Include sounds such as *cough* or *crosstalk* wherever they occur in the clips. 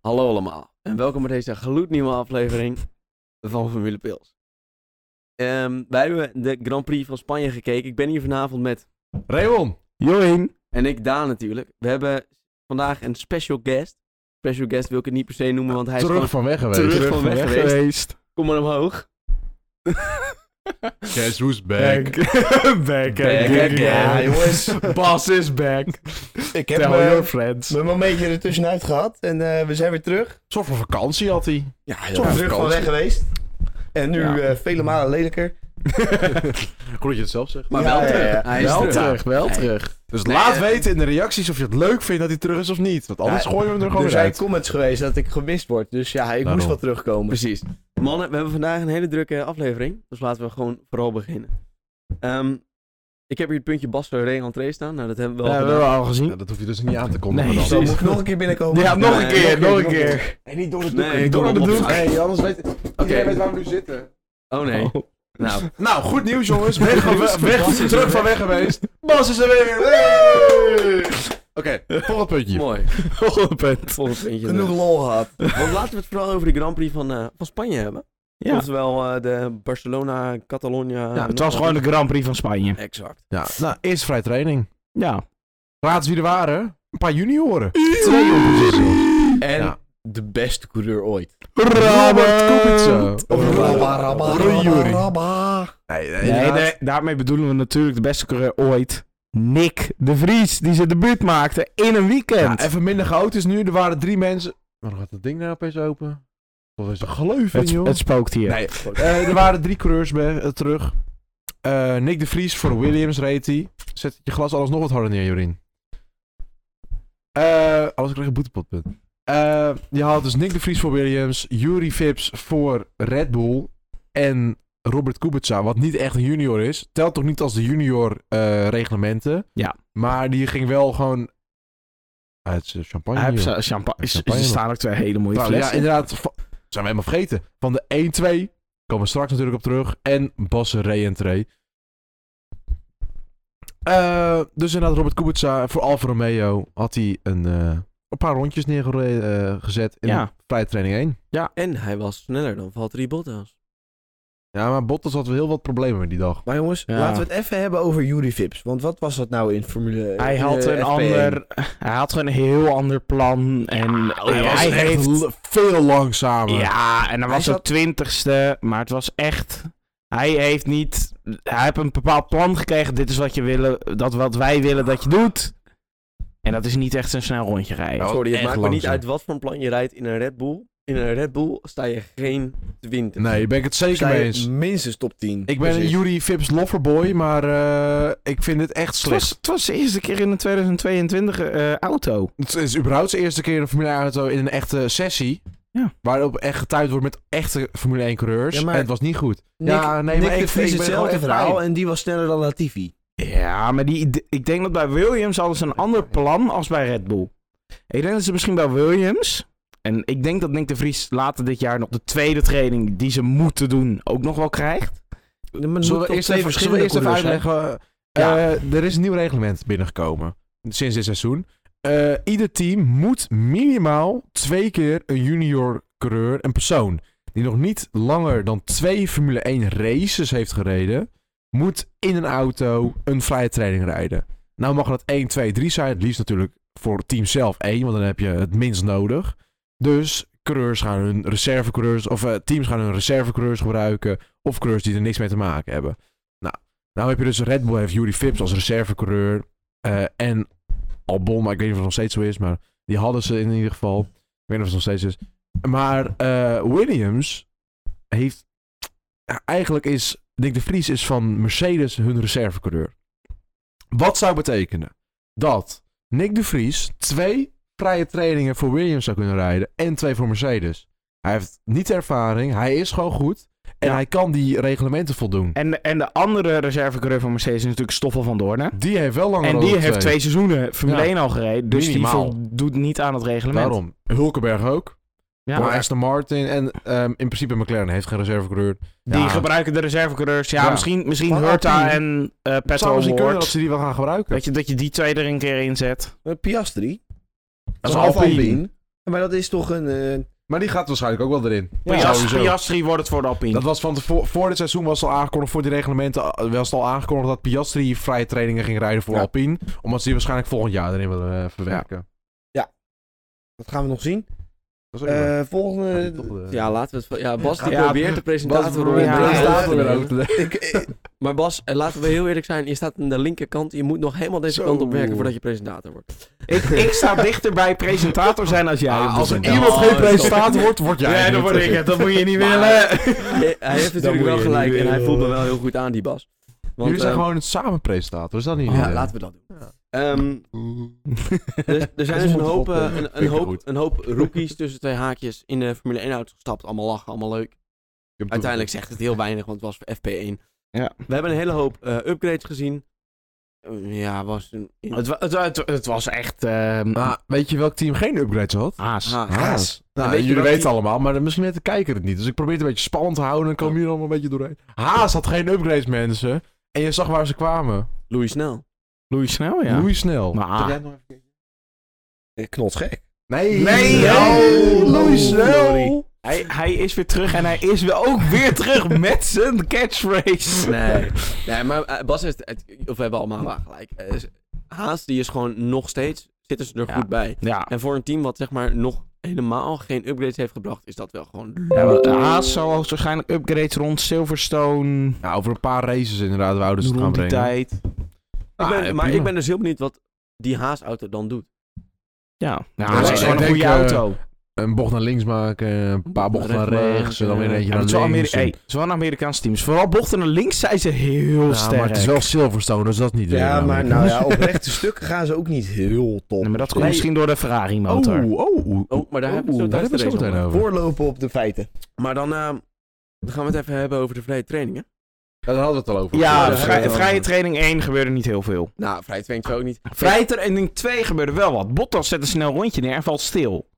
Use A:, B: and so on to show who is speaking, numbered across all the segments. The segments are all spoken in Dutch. A: Hallo allemaal en welkom bij deze gloednieuwe aflevering van Formule Pils. Ehm, wij hebben de Grand Prix van Spanje gekeken. Ik ben hier vanavond met,
B: Rayon.
C: Join.
A: en ik Daan natuurlijk. We hebben vandaag een special guest. Special guest wil ik het niet per se noemen, want hij is
B: Terug
A: gewoon...
B: van weg geweest.
A: Terug van weg geweest.
C: geweest.
A: Kom maar
B: *laughs*
A: omhoog.
B: Guess who's back.
C: Back. back. again.
B: again.
D: Ja, jongens.
C: Bas is back.
D: Ik heb
C: Tell
D: eh,
C: your friends.
D: mijn momentje ertussenuit gehad. En eh, we zijn weer terug.
B: Soort van vakantie had hij.
A: Ja,
D: Soms terug van weg geweest. En nu
B: Ja.
D: eh, vele malen lelijker.
B: Goed dat je het zelf zegt.
A: Maar
D: Ja,
A: wel
D: ja,
A: terug.
D: ja.
A: Hij is
B: wel
A: terug.
B: terug, wel terug. Dus laat weten in de reacties of je het leuk vindt dat hij terug is of niet. Want anders
D: Ja, dus
B: gooien we hem er gewoon
D: er
B: weer
D: zijn
B: uit.
D: comments geweest dat ik gemist word. Dus ja, ik
B: Daarom.
D: moest wel terugkomen.
A: Precies. Mannen, we hebben vandaag een hele drukke aflevering. Dus laten we gewoon vooral beginnen. Ehm, ik heb hier het puntje Bas voor re-entree staan. Nou, dat hebben we
C: Ja,
A: al
C: we
A: gedaan.
C: hebben we al
B: Ja,
C: gezien.
B: dat hoef je dus niet aan te kondigen.
C: Nee,
B: dan.
D: Zo,
C: precies.
D: moet ik nog een keer binnenkomen?
C: Ja, nog een
A: Nee,
C: keer,
D: nog
C: nog
D: een
C: een
D: keer.
C: keer.
B: Nee, niet door de
A: Nee, ik
C: door de
A: doe-
C: doek.
B: Nee, anders weet
A: Oké.
B: iedereen weet waar we nu zitten.
A: Oh nee.
C: Oh.
A: Nou, *laughs*
B: Nou, goed nieuws jongens. Weg, van we- weg,
A: Bas is
B: terug
A: er
B: van weg geweest. Bas is er weer. Hey! Oké, volgend
A: *laughs*
B: puntje.
A: mooi.
C: Volgende punt.
A: Volgend puntje.
D: Genoeg lol gehad.
A: Want laten we het vooral over de Grand Prix van, eh, van Spanje hebben.
C: Ja.
A: Oftewel eh, de Barcelona, Catalonia.
C: Ja, het was gewoon de Grand Prix van Spanje.
A: Exact.
B: Ja, nou, eerst vrij training.
C: Ja.
B: Raad wie er waren. Een paar junioren.
C: Twee
D: En
B: Ja.
D: de beste coureur ooit.
B: Robert Kubica.
D: Rabba, rabba, rabba,
B: Rujuri.
D: rabba.
B: Nee, nee,
C: Nee,
B: inderdaad.
C: nee, daarmee bedoelen we natuurlijk de beste coureur ooit. Nick de Vries, die zijn debuut maakte in een
B: Ja,
C: weekend.
B: even minder chaotisch nu. Er waren drie mensen. Waarom gaat dat ding nou opeens open? Wat is een gleuf in,
C: het,
B: joh?
C: het spookt hier.
B: Nee, eh, er waren drie coureurs bij, eh, terug. Eh, Nick de Vries voor Williams reed hij. Zet je glas alles nog wat harder neer, Jorien. Eh alles krijg je een boetepotpunt. Eh, je haalt dus Nick de Vries voor Williams, Yuri Vips voor Red Bull en Robert Kubica, wat niet echt een junior is. Telt toch niet als de junior eh, reglementen.
C: Ja.
B: Maar die ging wel gewoon... Ah, het is champagne.
C: Hij heeft
B: joh.
C: zijn champa-
B: Champagne
C: er
B: nog.
C: staan ook twee hele mooie
B: Trouwens, Nou, ja,
C: flessen.
B: inderdaad. va- Zijn we helemaal vergeten. Van de 1-2 komen we straks natuurlijk op terug. En Bas re-entree. Eh, dus inderdaad, Robert Kubica voor Alfa Romeo had hij een, eh, een paar rondjes neergezet in
C: Ja.
B: vrije training 1.
A: En hij was sneller dan Valtteri Bottas.
B: Ja, maar Bottas had wel heel wat problemen met die dag.
D: Maar jongens,
C: Ja.
D: laten we het even hebben over Jury Vips. Want wat was dat nou in Formule
C: Hij
D: in,
C: had
D: eh,
C: een
D: FP1?
C: ander, hij had gewoon een heel ander plan en
B: Oh,
C: hij, heeft,
B: l- veel langzamer.
C: ja, en dan
D: Hij
C: was het
D: zat-
C: twintigste, maar het was echt, hij heeft niet, hij heeft een bepaald plan gekregen. Dit is wat je willen, dat wat wij willen dat je doet. En dat is niet echt een snel rondje rijden.
B: Nou,
A: Sorry, het
B: echt
A: maakt me niet
B: langzaam.
A: uit wat voor een plan je rijdt in een Red Bull. In een Red Bull sta je geen 20.
B: Nee, ben ik het zeker
D: Sta
B: mee
D: je
B: eens.
D: minstens top 10.
B: Ik ben een
D: Precies.
B: Jury Vips loverboy, maar eh, ik vind dit echt
C: Het
B: slecht.
C: was, het was de eerste keer in een 2022 eh, auto.
B: Het is überhaupt zijn eerste keer een Formule 1 auto in een echte sessie.
C: Ja.
B: Waarop echt getuid wordt met echte Formule 1 coureurs.
D: Ja, maar-
B: en het was niet goed.
D: Nick-
B: ja, nee,
D: Nick
B: maar
D: de
B: ik,
D: Vries
B: ik ben gewoon
D: hetzelfde
B: te
D: verhaal
B: vrij.
D: en die was sneller dan Latifi.
C: Ja, maar die, de- ik denk dat bij Williams hadden ze een ander plan als bij Red Bull. Ik denk dat ze misschien bij Williams... En ik denk dat Nick de Vries later dit jaar nog de tweede training die ze moeten doen ook nog wel krijgt.
B: Zullen we eerst even, zullen we eerst even uitleggen?
C: Ja.
B: Eh, er is een nieuw reglement binnengekomen. Sinds dit seizoen. Eh, ieder team moet minimaal twee keer een junior coureur, een persoon... die nog niet langer dan twee Formule 1 races heeft gereden... moet in een auto een vrije training rijden. Nou mag dat 1, 2, 3 zijn. Het liefst natuurlijk voor het team zelf één, want dan heb je het minst nodig. Dus coureurs gaan hun reservecoureurs, of eh, teams gaan hun reservecoureurs gebruiken. Of coureurs die er niks mee te maken hebben. Nou, nou heb je dus Red Bull heeft Yuri Vips als reservecoureur. eh, en Albon, maar ik weet niet of het nog steeds zo is, maar die hadden ze in ieder geval. Ik weet niet of het nog steeds is. Maar eh, Williams heeft, ja, eigenlijk is, Nick de Vries is van Mercedes hun reservecoureur. Wat zou betekenen dat Nick de Vries twee vrije trainingen voor Williams zou kunnen rijden en twee voor Mercedes. Hij heeft niet de ervaring, hij is gewoon goed en
C: Ja.
B: hij kan die reglementen voldoen.
C: En, en de andere reservecoureur van Mercedes is natuurlijk Stoffel van Doornen.
B: Die heeft wel langer
C: En
B: dan
C: die
B: de
C: heeft twee seizoenen Formule
B: Ja.
C: 1 al gereden. Dus
B: Minimaal.
C: die voldoet niet aan het reglement.
B: Daarom. Hulkenberg ook.
C: Ja.
B: Maar Aston Martin en ehm, in principe McLaren heeft geen reservecoureur.
C: Die
B: Ja.
C: gebruiken de reservecoureurs. Ja,
B: Ja.
C: misschien, misschien
B: Maar
C: Hurta
B: Alpine-
C: en
B: Het
C: eh
B: zou
C: Petrol
B: misschien kunnen dat
C: Ward.
B: ze die wel gaan gebruiken.
D: Eh,
C: Dat je, dat je die twee er een keer inzet.
D: Piastri.
B: is
D: Van
B: Alpine.
D: Maar dat is toch een... eh,
B: Maar die gaat waarschijnlijk ook wel erin.
C: Piastri,
B: sowieso.
C: Piastri wordt het voor de Alpine.
B: Dat was van tevoren, voor dit seizoen was al aangekondigd, voor die reglementen eh, was het al aangekondigd dat Piastri vrije trainingen ging rijden voor
D: Ja.
B: Alpine. Omdat ze die waarschijnlijk volgend jaar erin willen eh, verwerken.
D: dat gaan we nog zien.
B: Dat is ook wel- eh,
D: Eh volgende...
A: Ja, laten we het... Ja, Bas die
C: Ja,
A: probeert de presentator
B: Bas,
A: om
C: ja,
A: te
C: ja,
A: presentator te
D: ja.
A: doen.
D: Ik, eh,
A: Maar Bas, eh, laten we heel eerlijk zijn. Je staat aan de linkerkant. Je moet nog helemaal deze
B: Zo.
A: kant op werken voordat je presentator wordt.
C: ik, ik sta dichter bij presentator zijn als jij.
B: Ah,
C: op dit
B: als er
C: moment.
B: iemand geen
A: Oh,
C: *laughs*
B: presentator wordt, word jij
C: Ja,
B: het.
C: dat word ik het. Dat moet je niet
A: Maar-
C: willen.
A: Hij- hij heeft natuurlijk
D: moet
A: wel
D: je
A: gelijk
D: niet
A: en hij
D: willen.
A: voelt me wel heel goed aan, die Bas. Want,
B: Jullie zijn
A: ehm,
B: gewoon samen presentator, is dat niet?
A: Ja,
B: eh,
A: laten we dat doen. Ehm, er, er zijn
B: Dat
A: dus een
B: moet
A: hoop,
B: op,
A: eh,
B: eh,
A: een, een
B: vind ik
A: hoop,
B: goed.
A: een hoop rookies tussen twee haakjes in de Formule 1 auto gestapt. Allemaal lachen, allemaal leuk. Uiteindelijk zegt het heel weinig, want het was FP1.
C: Ja.
A: We hebben een hele hoop eh, upgrades gezien. Eh, ja, was een...
C: Het, wa- het, het, het was echt. ehm
B: Ah, weet je welk team geen upgrades had?
C: haas.
A: Ah,
B: Haas. Nou,
A: En weet je
B: jullie
A: welk
B: weten
A: team-
B: allemaal, maar misschien weet de kijker het niet. Dus ik probeer het een beetje spannend te houden en kwam hier allemaal een beetje doorheen. Haas had geen upgrades, mensen. En je zag waar ze kwamen.
A: Louis Snel.
C: Louis snel, ja.
B: Hoe snel.
C: Maar ah.
D: eh, knotsgek.
B: Nee.
C: Nee,
D: oh.
B: Louis
D: Sorry.
B: snel.
C: Hij, hij is weer terug en hij is weer ook weer terug met zijn catchphrase.
A: *laughs* Nee. nee, maar eh, Bas heeft... het- of we hebben allemaal wel gelijk. Eh, is- Haas, die is gewoon nog steeds... Zitten ze er
C: Ja.
A: goed bij.
C: Ja.
A: En voor een team wat zeg maar nog helemaal geen upgrades heeft gebracht... is dat wel gewoon...
B: Ah,
C: ja want Haas zal waarschijnlijk upgrades rond Silverstone.
B: Nou, over een paar races inderdaad wouden ze het gaan
C: Rond die
B: brengen.
C: tijd.
A: Ik ben-
B: Ah,
A: maar
B: prima.
A: ik ben dus heel benieuwd wat die Haas-auto dan doet.
C: Ja. Ja,
B: Ja,
C: Haas
B: ik
C: is gewoon een
B: denk,
C: goede
B: eh,
C: auto.
B: Een bocht naar links maken, een paar bochten naar
A: Rechts
B: rechts en dan weer
A: maken,
B: eentje
C: Ja, het, is
B: naar
C: wel
B: links.
C: Ameri- hey,
B: en-
C: het is wel een Amerikaans team. Dus vooral bochten naar links zijn ze heel
B: Ja,
C: sterk.
B: maar het is wel Silverstone, dus dat is niet
D: Ja,
B: eh,
D: maar
B: Amerikaans.
D: nou ja, op rechte stukken gaan ze ook niet heel top.
C: Nee, maar dat komt
D: Nee.
C: misschien door de Ferrari motor.
B: Oh, oh, oh,
A: Oh, maar daar
B: oh,
A: hebben we het zo
B: daar
A: tijdens de
B: hebben we het zo
A: race
B: meteen
A: nog.
B: over.
D: Voorlopen op de feiten.
A: Maar dan, eh, dan gaan we het even hebben over de vrije trainingen.
B: Ja, Daar hadden we het al over.
C: Ja,
A: daar
C: vrij-
A: hebben we het al
C: vrije
A: over.
C: training 1 gebeurde niet heel veel.
A: Nou, vrije training zou ook niet.
C: Vrije training 2 gebeurde wel wat. Bottas zet een snel rondje neer en valt stil.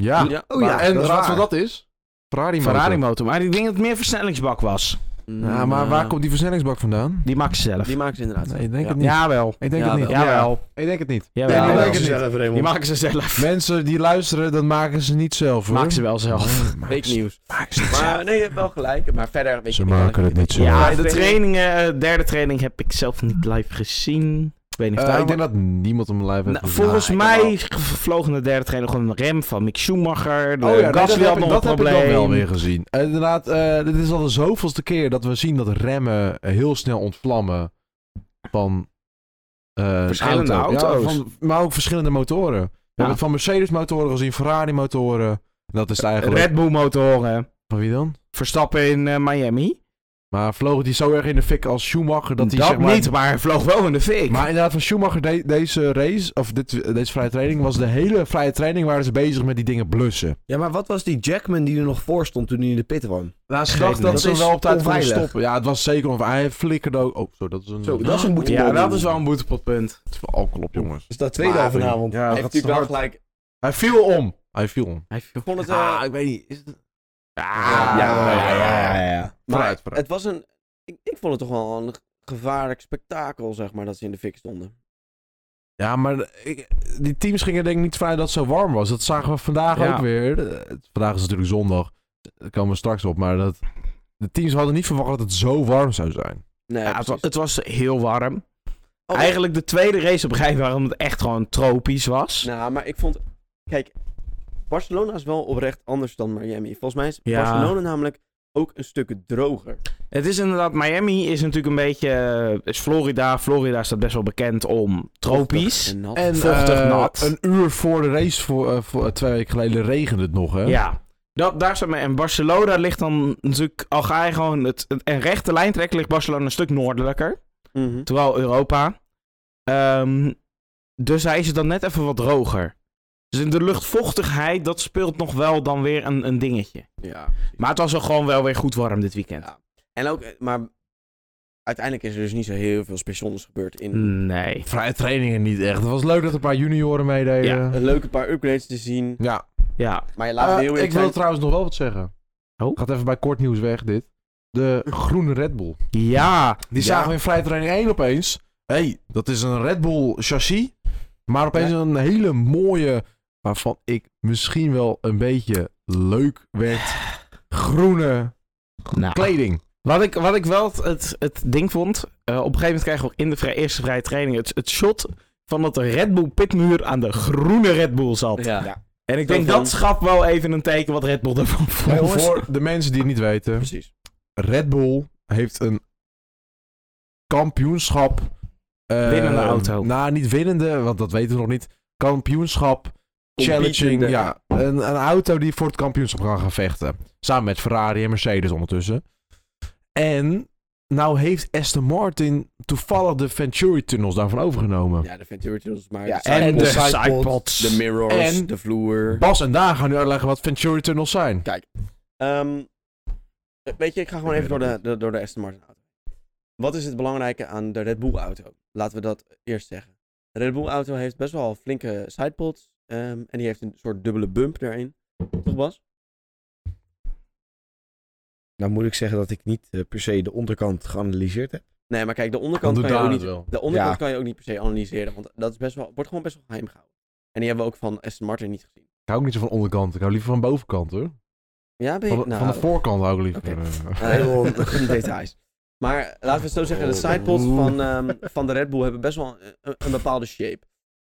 B: Ah. Ja.
A: Ja.
D: Oh ja,
B: en
D: dat is
B: raad
D: waar.
B: wat dat is? Ferrari
C: Ferrari motor. Maar ik denk dat het meer versnellingsbak was.
B: Ja, Ah, maar waar komt die versnellingsbak vandaan?
C: Mm, eh, Die maakt ze zelf.
A: mm, eh, Die maken ze inderdaad.
B: Nee, ik denk
A: Ja.
B: het niet.
C: Jawel.
B: Ik denk
A: Ja,
B: het niet.
C: wel.
B: Ik denk het niet.
C: Jawel.
B: Ja,
D: die
B: wel.
D: maken ze
B: niet.
D: zelf, Raymond.
C: Die maken ze zelf.
B: Mensen die luisteren, dat maken ze niet zelf hoor.
C: Maken ze wel zelf.
B: Nee, maken
A: Fake
B: ze-
A: nieuws.
C: Maken ze
A: Maar nee, je hebt wel gelijk. Maar verder weet
B: Ze
A: je
B: maken het niet zo.
C: Ja,
A: Ja,
C: de
A: training-
C: trainingen, eh, derde training heb ik zelf niet live gezien. Ik weet niet of
B: Eh,
C: daar
B: ik denk dat niemand hem live heeft
C: Nou,
B: gezien.
C: volgens
A: ik
C: mij
A: heb
C: vloog in de derde training gewoon een rem van Mick Schumacher. De
B: Oh ja, nee, dat
C: Gasly
B: heb
C: had
B: ik,
C: nog
B: dat
C: een
B: heb ik dan
C: probleem.
B: wel weer gezien. Eh, inderdaad, eh, dit is al de zoveelste keer dat we zien dat remmen heel snel ontvlammen van eh, een
C: Verschillende
B: auto. Ja,
C: auto's.
B: van- maar ook verschillende motoren. We hebben het van Mercedes motoren gezien, Ferrari motoren. Dat is het eigenlijk.
C: Red Bull motoren.
B: Van wie dan?
C: Verstappen in eh, Miami.
B: Maar vlogen die zo erg in de fik als Schumacher dat
C: Dat,
B: hij zeg maar...
C: niet, maar hij vloog wel in de fik.
B: Maar inderdaad, van Schumacher de- deze race, of dit, deze vrije training, was de hele vrije training waren ze bezig met die dingen blussen.
D: Ja, maar wat was die Jackman die er nog voor stond toen hij in de pit kwam?
B: Nou, ze
C: Geen
B: dachten
C: idee.
B: dat ze
D: Dat
B: hem wel
D: is
B: op tijd konden
D: onveilig.
B: stoppen. Ja, het was zeker of hij flikkerde ook. Oh, zo, dat is een.
D: Zo, dat is een boete.
C: ja, dat is wel een boetepotpunt.
B: Het is wel alcohol op, jongens.
D: Dus dat tweede
B: Maar-
D: al vanavond.
B: Ja,
A: Heeft natuurlijk wel gelijk.
B: Hij viel om. Hij viel om.
C: Hij viel...
A: Ik vond het. eh,
B: *laughs* Ah, ik weet niet. Is het...
C: Ah,
D: ja, ja, ja, ja, ja.
A: maar
B: vooruit, vooruit.
A: het was een. Ik, ik vond het toch wel een gevaarlijk spektakel, zeg maar, dat ze in de fik stonden.
B: Ja, maar ik- die teams gingen denk ik niet vrij dat het zo warm was. Dat zagen we vandaag
C: Ja.
B: ook weer. Eh, Vandaag is natuurlijk zondag. Daar komen we straks op. Maar dat, de teams hadden niet verwacht dat het zo warm zou zijn.
A: Nee,
C: Ja, het, wa-
A: precies.
C: het was heel warm.
A: Oh,
C: Eigenlijk de tweede race op rij waarom het echt gewoon tropisch was.
A: Nou, maar ik vond. Kijk, Barcelona is wel oprecht anders dan Miami. Volgens mij is
C: Ja.
A: Barcelona namelijk ook een stuk droger.
C: Het is inderdaad, Miami is natuurlijk een beetje, eh, is Florida. Florida staat best wel bekend om tropisch.
A: En nat.
B: En
C: Vochtig,
B: eh,
C: nat.
B: een uur voor de race, voor, eh, voor, eh, twee weken geleden, regende het nog. Hè?
C: Ja, dat, daar staat mij. En Barcelona ligt dan natuurlijk, al ga je gewoon het, het- een rechte lijn trekken, ligt Barcelona een stuk noordelijker.
A: Mhm.
C: Terwijl Europa. Ehm, dus hij is het dan net even wat droger. Dus in de luchtvochtigheid, dat speelt nog wel dan weer een, een dingetje.
A: Ja.
C: Maar het was wel gewoon wel weer goed warm dit weekend.
A: Ja. En ook, eh, maar uiteindelijk is er dus niet zo heel veel specials gebeurd in.
C: Nee.
B: Vrije trainingen niet echt. Het was leuk dat er een paar junioren meededen.
C: Ja.
A: Een leuke paar upgrades te zien.
B: Ja.
C: Ja.
A: Maar laten we
B: Eh,
A: heel
B: ik
A: eerlijk
B: wil
A: zijn.
B: trouwens nog wel wat zeggen.
C: Oh.
B: Gaat even bij kort nieuws weg, dit. De groene Red Bull.
C: Ja.
B: Die
A: Ja.
B: zagen we in vrije training 1 opeens. Hé, hey, dat is een Red Bull chassis. Maar opeens een hele mooie, waarvan ik misschien wel een beetje leuk werd. Groene
C: Nou,
B: kleding.
C: Wat ik, wat ik wel het, het, het ding vond, eh, op een gegeven moment krijgen we in de vrij, eerste vrije training het, het shot van dat de Red Bull pitmuur aan de groene Red Bull zat.
A: Ja.
C: En ik denk
A: Zo van-
C: dat schap wel even een teken wat Red Bull daarvan
B: Maar
C: vond.
B: voor de mensen die het niet weten.
D: Precies.
B: Red Bull heeft een kampioenschap. eh,
C: Winnende auto.
B: Nou, niet winnende, want dat weten we nog niet. Kampioenschap. Challenging.
A: Competende.
B: Ja, een, een auto die voor het kampioenschap kan gaan vechten. Samen met Ferrari en Mercedes ondertussen. En nou heeft Aston Martin toevallig de Venturi tunnels daarvan overgenomen.
A: Ja, de Ventura Tunnels, maar...
D: Ja,
A: Ja,
D: en de
C: sidepods.
A: De mirrors,
B: en-
A: de vloer.
B: Bas en Daan gaan nu uitleggen wat Venturi tunnels zijn.
A: Ehm, weet je, ik ga gewoon
B: Ik
A: even door
B: weet
A: de, de- door de Aston Martin auto. Wat is het belangrijke aan de Red Bull auto? Laten we dat eerst zeggen. De Red Bull auto heeft best wel flinke sidepods. ehm, en die heeft een soort dubbele bump daarin. Toch Bas?
D: Nou moet ik zeggen dat ik niet eh, per se de onderkant geanalyseerd heb.
A: Nee, maar kijk, de onderkant, kan je,
B: Daan
A: ook
B: het
A: niet,
B: wel.
A: de onderkant
D: Ja.
A: kan je ook niet per se analyseren. Want dat is best wel, wordt gewoon best wel geheim gehouden. En die hebben we ook van Aston Martin niet gezien.
B: Ik hou ook niet zo van onderkant. Ik hou liever van bovenkant hoor.
A: Ja, ben je...
B: Van, de-
A: nou,
B: van de voorkant hou ik *laughs* liever.
A: Oké.
B: eh.
A: Nou, *laughs* helemaal details. Maar laten we het zo zeggen, de sidepods van, ehm, van de Red Bull hebben best wel een, een bepaalde shape.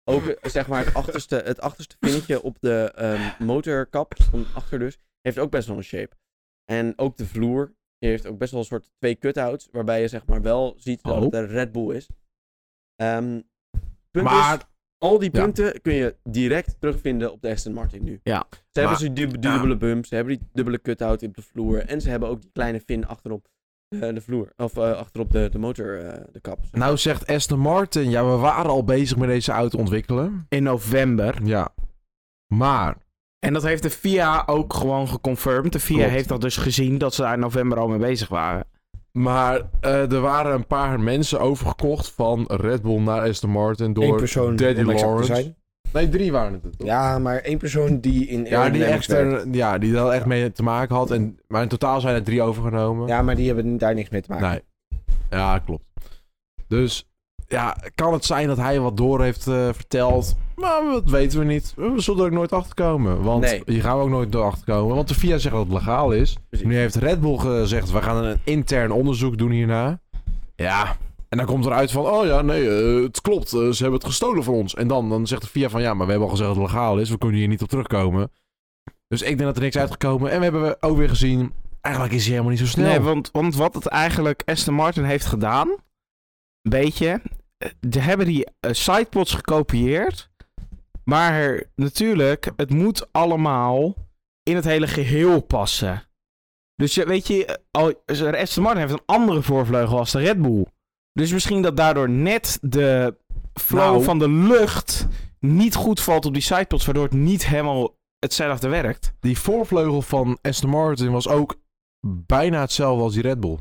A: Ook eh, zeg maar het achterste, het achterste vinnetje op de ehm, motorkap, van achter dus, heeft ook best wel een shape. En ook de vloer heeft ook best wel een soort twee cutouts, waarbij je zeg maar wel ziet dat
B: Oh.
A: het een Red Bull is. Ehm punt
B: Maar
A: is, al die
B: Ja.
A: punten kun je direct terugvinden op de Aston Martin nu.
C: Ja.
A: Ze hebben
B: Maar-
A: ze dub- dubbele bump, ze hebben die dubbele cutout op de vloer. En ze hebben ook die kleine fin achterop eh, de vloer. Of eh, achterop de, de motor, eh, de kap.
B: Nou zegt Aston Martin, ja, we waren al bezig met deze auto ontwikkelen.
C: In november.
B: Ja. Maar,
C: En dat heeft de FIA ook gewoon geconfirmed. De FIA
B: Klopt.
C: heeft dat dus gezien dat ze daar in november al mee bezig waren.
B: maar eh, er waren een paar mensen overgekocht van Red Bull naar Aston Martin
D: Eén
B: door...
D: persoon
B: Daddy
D: om exact te
B: Lawrence.
D: zijn.
B: Nee, drie waren het. er, toch?
D: Ja, maar één persoon die in
B: Ja, die
D: aerodynamics
B: echt, eh,
D: werkt.
B: er- ja, die daar echt mee te maken had. En, maar in totaal zijn er drie overgenomen.
D: Ja, maar die hebben daar niks mee te maken.
B: Nee. Ja, klopt. Dus, ja, kan het zijn dat hij wat door heeft eh, verteld? Maar dat weten we niet. We zullen er ook nooit achter komen. Want
A: Nee.
B: hier gaan we ook nooit door achter komen. Want de FIA zegt dat het legaal is.
A: Precies.
B: Nu heeft Red Bull gezegd, we gaan een intern onderzoek doen hierna. Ja. En dan komt eruit van, oh ja, nee, eh, het klopt. eh, ze hebben het gestolen van ons. En dan, dan zegt de FIA van, ja, maar we hebben al gezegd dat het legaal is. We kunnen hier niet op terugkomen. Dus ik denk dat er niks uitgekomen. En we hebben ook weer gezien, eigenlijk is hij helemaal niet zo snel.
C: Nee, want, want wat het eigenlijk Aston Martin heeft gedaan, een beetje, eh, ze hebben die eh, sidepods gekopieerd, maar natuurlijk, het moet allemaal in het hele geheel passen. Dus je- weet je, eh, al- eh, Aston Martin heeft een andere voorvleugel als de Red Bull. Dus misschien dat daardoor net de flow
B: Nou.
C: van de lucht niet goed valt op die sidepods, waardoor het niet helemaal hetzelfde werkt.
B: Die voorvleugel van Aston Martin was ook bijna hetzelfde als die Red Bull.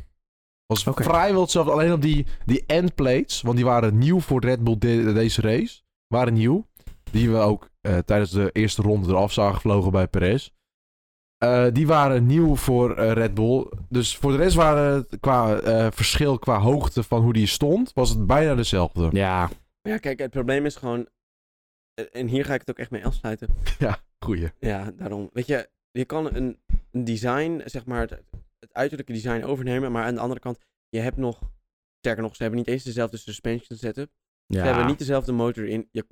B: Was
C: Oké.
B: vrijwel hetzelfde, alleen op die, die endplates, want die waren nieuw voor Red Bull de- deze race. Waren nieuw. Die we ook eh, tijdens de eerste ronde eraf zagen gevlogen bij Perez. Eh, die waren nieuw voor eh, Red Bull. Dus voor de rest waren het qua eh, verschil, qua hoogte van hoe die stond, was het bijna dezelfde.
C: Ja.
A: Maar ja, kijk, het probleem is gewoon... eh, En hier ga ik het ook echt mee afsluiten.
B: Goeie.
A: Ja, daarom. Weet je, je kan een, een design, zeg maar, het, het uiterlijke design overnemen. Maar aan de andere kant, je hebt nog... Sterker nog, ze hebben niet eens dezelfde suspension setup.
C: ja.
A: Ze hebben niet dezelfde motor in. Je,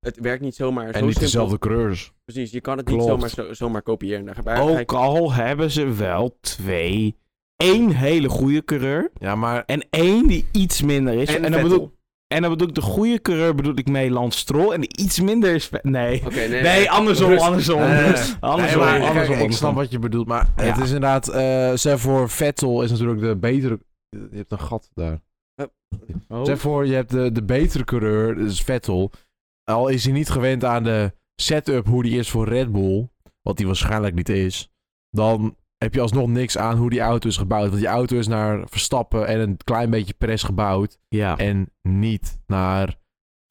A: het werkt niet zomaar zo
B: En niet
A: simpel.
B: dezelfde coureurs.
A: Precies, je kan het niet
B: Klopt.
A: zomaar, zo- zomaar kopiëren. Daar, daar ga ik-
C: Ook al hebben ze wel twee. Eén hele goede coureur.
B: Ja, maar
C: En één die iets minder is.
A: En,
C: dan
A: Vettel.
C: bedoel, en dan bedoel ik de goede coureur, bedoel ik mee Lance Stroll. En die iets minder is. Ve- Nee.
A: Oké,
C: Nee, andersom,
A: Rust.
C: andersom.
B: Nee, nee, nee.
C: *laughs* Andersom,
B: Nee, maar kijk, ik
C: andersom,
B: snap
C: andersom.
B: wat je bedoelt, maar
C: Ja.
B: het is inderdaad... eh zeg voor Vettel is natuurlijk de betere... Je hebt een gat
C: Oh.
B: daar. Zeg voor, je hebt de, de betere coureur, dus Vettel. Al is hij niet gewend aan de setup hoe die is voor Red Bull, wat die waarschijnlijk niet is, dan heb je alsnog niks aan hoe die auto is gebouwd. Want die auto is naar Verstappen en een klein beetje Perez gebouwd
C: Ja.
B: en niet naar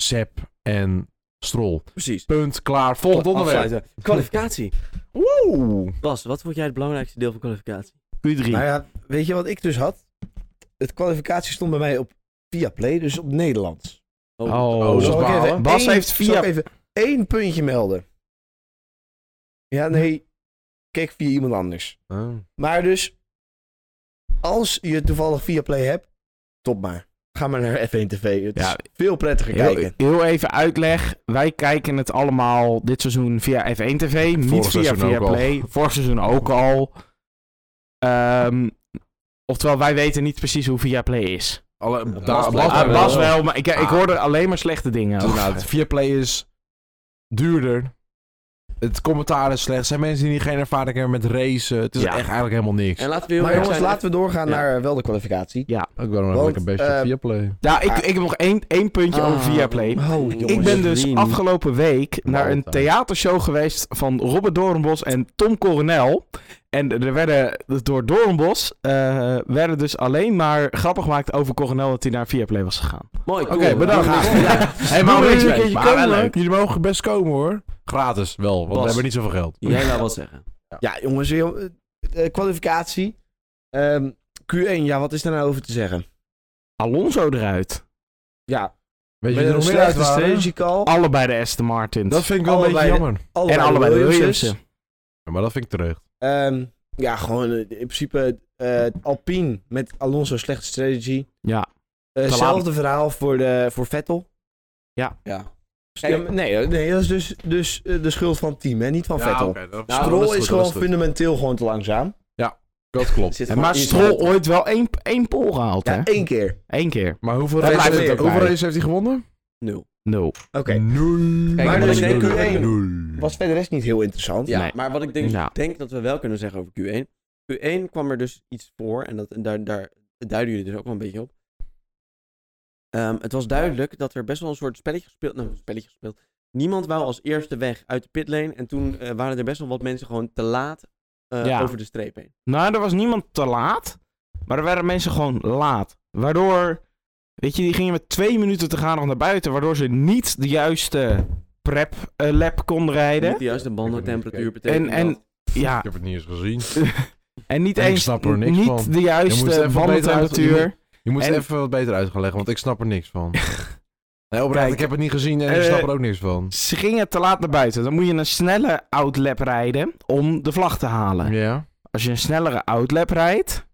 B: Sepp en Stroll.
A: Precies.
B: Punt, klaar, volgend onderwerp.
A: Afsluiten. Kwalificatie.
C: Oeh.
A: Bas, wat vond jij het belangrijkste deel van kwalificatie?
C: Q3.
D: Nou ja, weet je wat ik dus had? Het kwalificatie stond bij mij op Viaplay, dus op Nederlands.
B: Oh, dat is
D: Zal ik
B: balen.
D: even
C: Bas
D: één-
C: heeft
D: zal
C: via-
D: ik even één puntje melden.
C: Hm.
D: Ja, nee. Kijk via iemand anders. Maar dus, als je toevallig via Play hebt, top maar. Ga maar naar F1 TV. Het
C: Ja.
D: is veel prettiger
C: Heel,
D: kijken.
C: heel even uitleg. Wij kijken het allemaal dit seizoen via F1 TV. niet via
B: seizoen ook al.
C: Viaplay. Vorig seizoen ook al. Ehm, oftewel, wij weten niet precies hoe Viaplay is.
B: Alle, daar,
A: Bas-
B: Bas,
A: Bas- Bas-
C: Ah, Bas wel, maar ik, ik
B: Ah.
C: hoorde alleen maar slechte dingen. over.
B: Inderdaad, Viaplay is duurder. Het commentaar is slecht. Er zijn mensen die niet geen ervaring hebben met racen. Het is
C: Ja.
B: echt eigenlijk helemaal niks.
A: En laten we heel
D: Maar
A: eerlijk
D: jongens,
A: zijn.
D: laten we doorgaan
A: Ja.
D: naar eh, wel de kwalificatie.
B: Ik ben nog
D: Want,
B: lekker best op
D: eh,
B: Viaplay.
C: Nou, ik, ik heb nog één, één puntje over Viaplay.
A: Oh,
C: Ik ben dus
A: Dream.
C: afgelopen week naar een
B: Malta.
C: theatershow geweest van Robert Doornbos en Tom Coronel. En er werden dus door Doornbos eh, werden dus alleen maar grappen gemaakt over Coronel dat hij naar Viaplay was gegaan.
A: Mooi,
B: Oké,
A: cool.
B: bedankt.
A: Ja.
D: *laughs*
B: Ja.
C: *laughs*
B: Hey, maar
C: Doe
B: wil
C: er
B: je
C: eens
B: een
C: mee.
B: keertje
C: Maar wel
B: komen?
C: leuk.
B: Jullie mogen best komen hoor. Gratis wel, want
A: Bas.
B: we hebben niet zoveel geld.
A: Jij wou wat zeggen.
D: Ja, jongens, heel- eh, eh, kwalificatie. Ehm, Q1, ja, wat is daar nou over te zeggen?
C: Alonso eruit.
D: Ja,
B: Weet
D: met
B: je,
D: een
B: nog meer uit
D: slechte
B: waren?
D: strategy call.
C: Allebei de Aston Martins.
B: Dat vind ik wel een beetje
D: Allebei de-
B: jammer.
C: en allebei de Williamsen.
B: Ja, maar dat vind ik terecht.
D: Ehm, ja, gewoon eh, in principe eh, Alpine met Alonso slechte strategy.
C: Ja.
D: Eh,
C: laat.
D: Hetzelfde verhaal voor, de, voor Vettel.
A: Ja.
D: Ja, maar nee, eh, nee, dat is dus, dus eh, de schuld van het team, hè? niet van Vettel.
A: Nou,
D: Stroll
A: dat
D: is, gewoon fundamenteel gewoon te langzaam.
B: Dat klopt.
A: Zit
C: En
A: gewoon
C: maar
A: in-
C: Stroll ooit wel één, één pol gehaald, hè?
D: Ja, één keer.
C: Eén keer.
B: Maar hoeveel
D: Dat
B: races
D: blijft
B: heeft,
D: er ook
B: hoeveel
D: bij.
B: races heeft hij gewonnen?
A: Nul.
C: Nul.
D: Oké.
B: Mm. Nul.
A: Kijk,
D: Maar
A: wat
D: dus
A: ik denk-
D: Q1
A: Nul.
D: Was verder rest niet heel interessant.
A: Ja,
C: Nee.
A: maar wat ik denk,
C: Ja.
A: denk dat we wel kunnen zeggen over Q1. Q1 kwam er dus iets voor, en, dat, en daar, daar duiden jullie dus ook wel een beetje op. Ehm, het was duidelijk dat er best wel een soort spelletje gespeeld... Nou, spelletje gespeeld. Niemand wou als eerste weg uit de pitlane. En toen eh, waren er best wel wat mensen gewoon te laat eh,
C: Ja.
A: over de streep heen.
C: Nou, er was niemand te laat. Maar er waren mensen gewoon laat. Waardoor, weet je, die gingen met twee minuten te gaan nog naar buiten. Waardoor ze niet de juiste prep-lab konden rijden.
A: Niet de juiste bandentemperatuur
B: Ik
A: betekent
C: En- en-
A: dat.
C: Ja, *laughs*
B: Ik heb het niet eens gezien.
C: en niet
B: Ik
C: eens
B: snap er niks
C: niet
B: van.
C: de
B: Je moet
C: juiste
B: even beter
C: bandentemperatuur.
B: Je moet het
C: En-
B: even wat beter uitgelegd, want ik snap er niks van. Nee, oprecht,
C: Kijk,
B: ik heb het niet gezien en ik
C: eh,
B: snap er ook niks van.
C: *laughs* Ze gingen te laat naar buiten. Dan moet je een snelle outlap rijden om de vlag te halen.
B: Ja.
C: Als je een snellere outlap rijdt,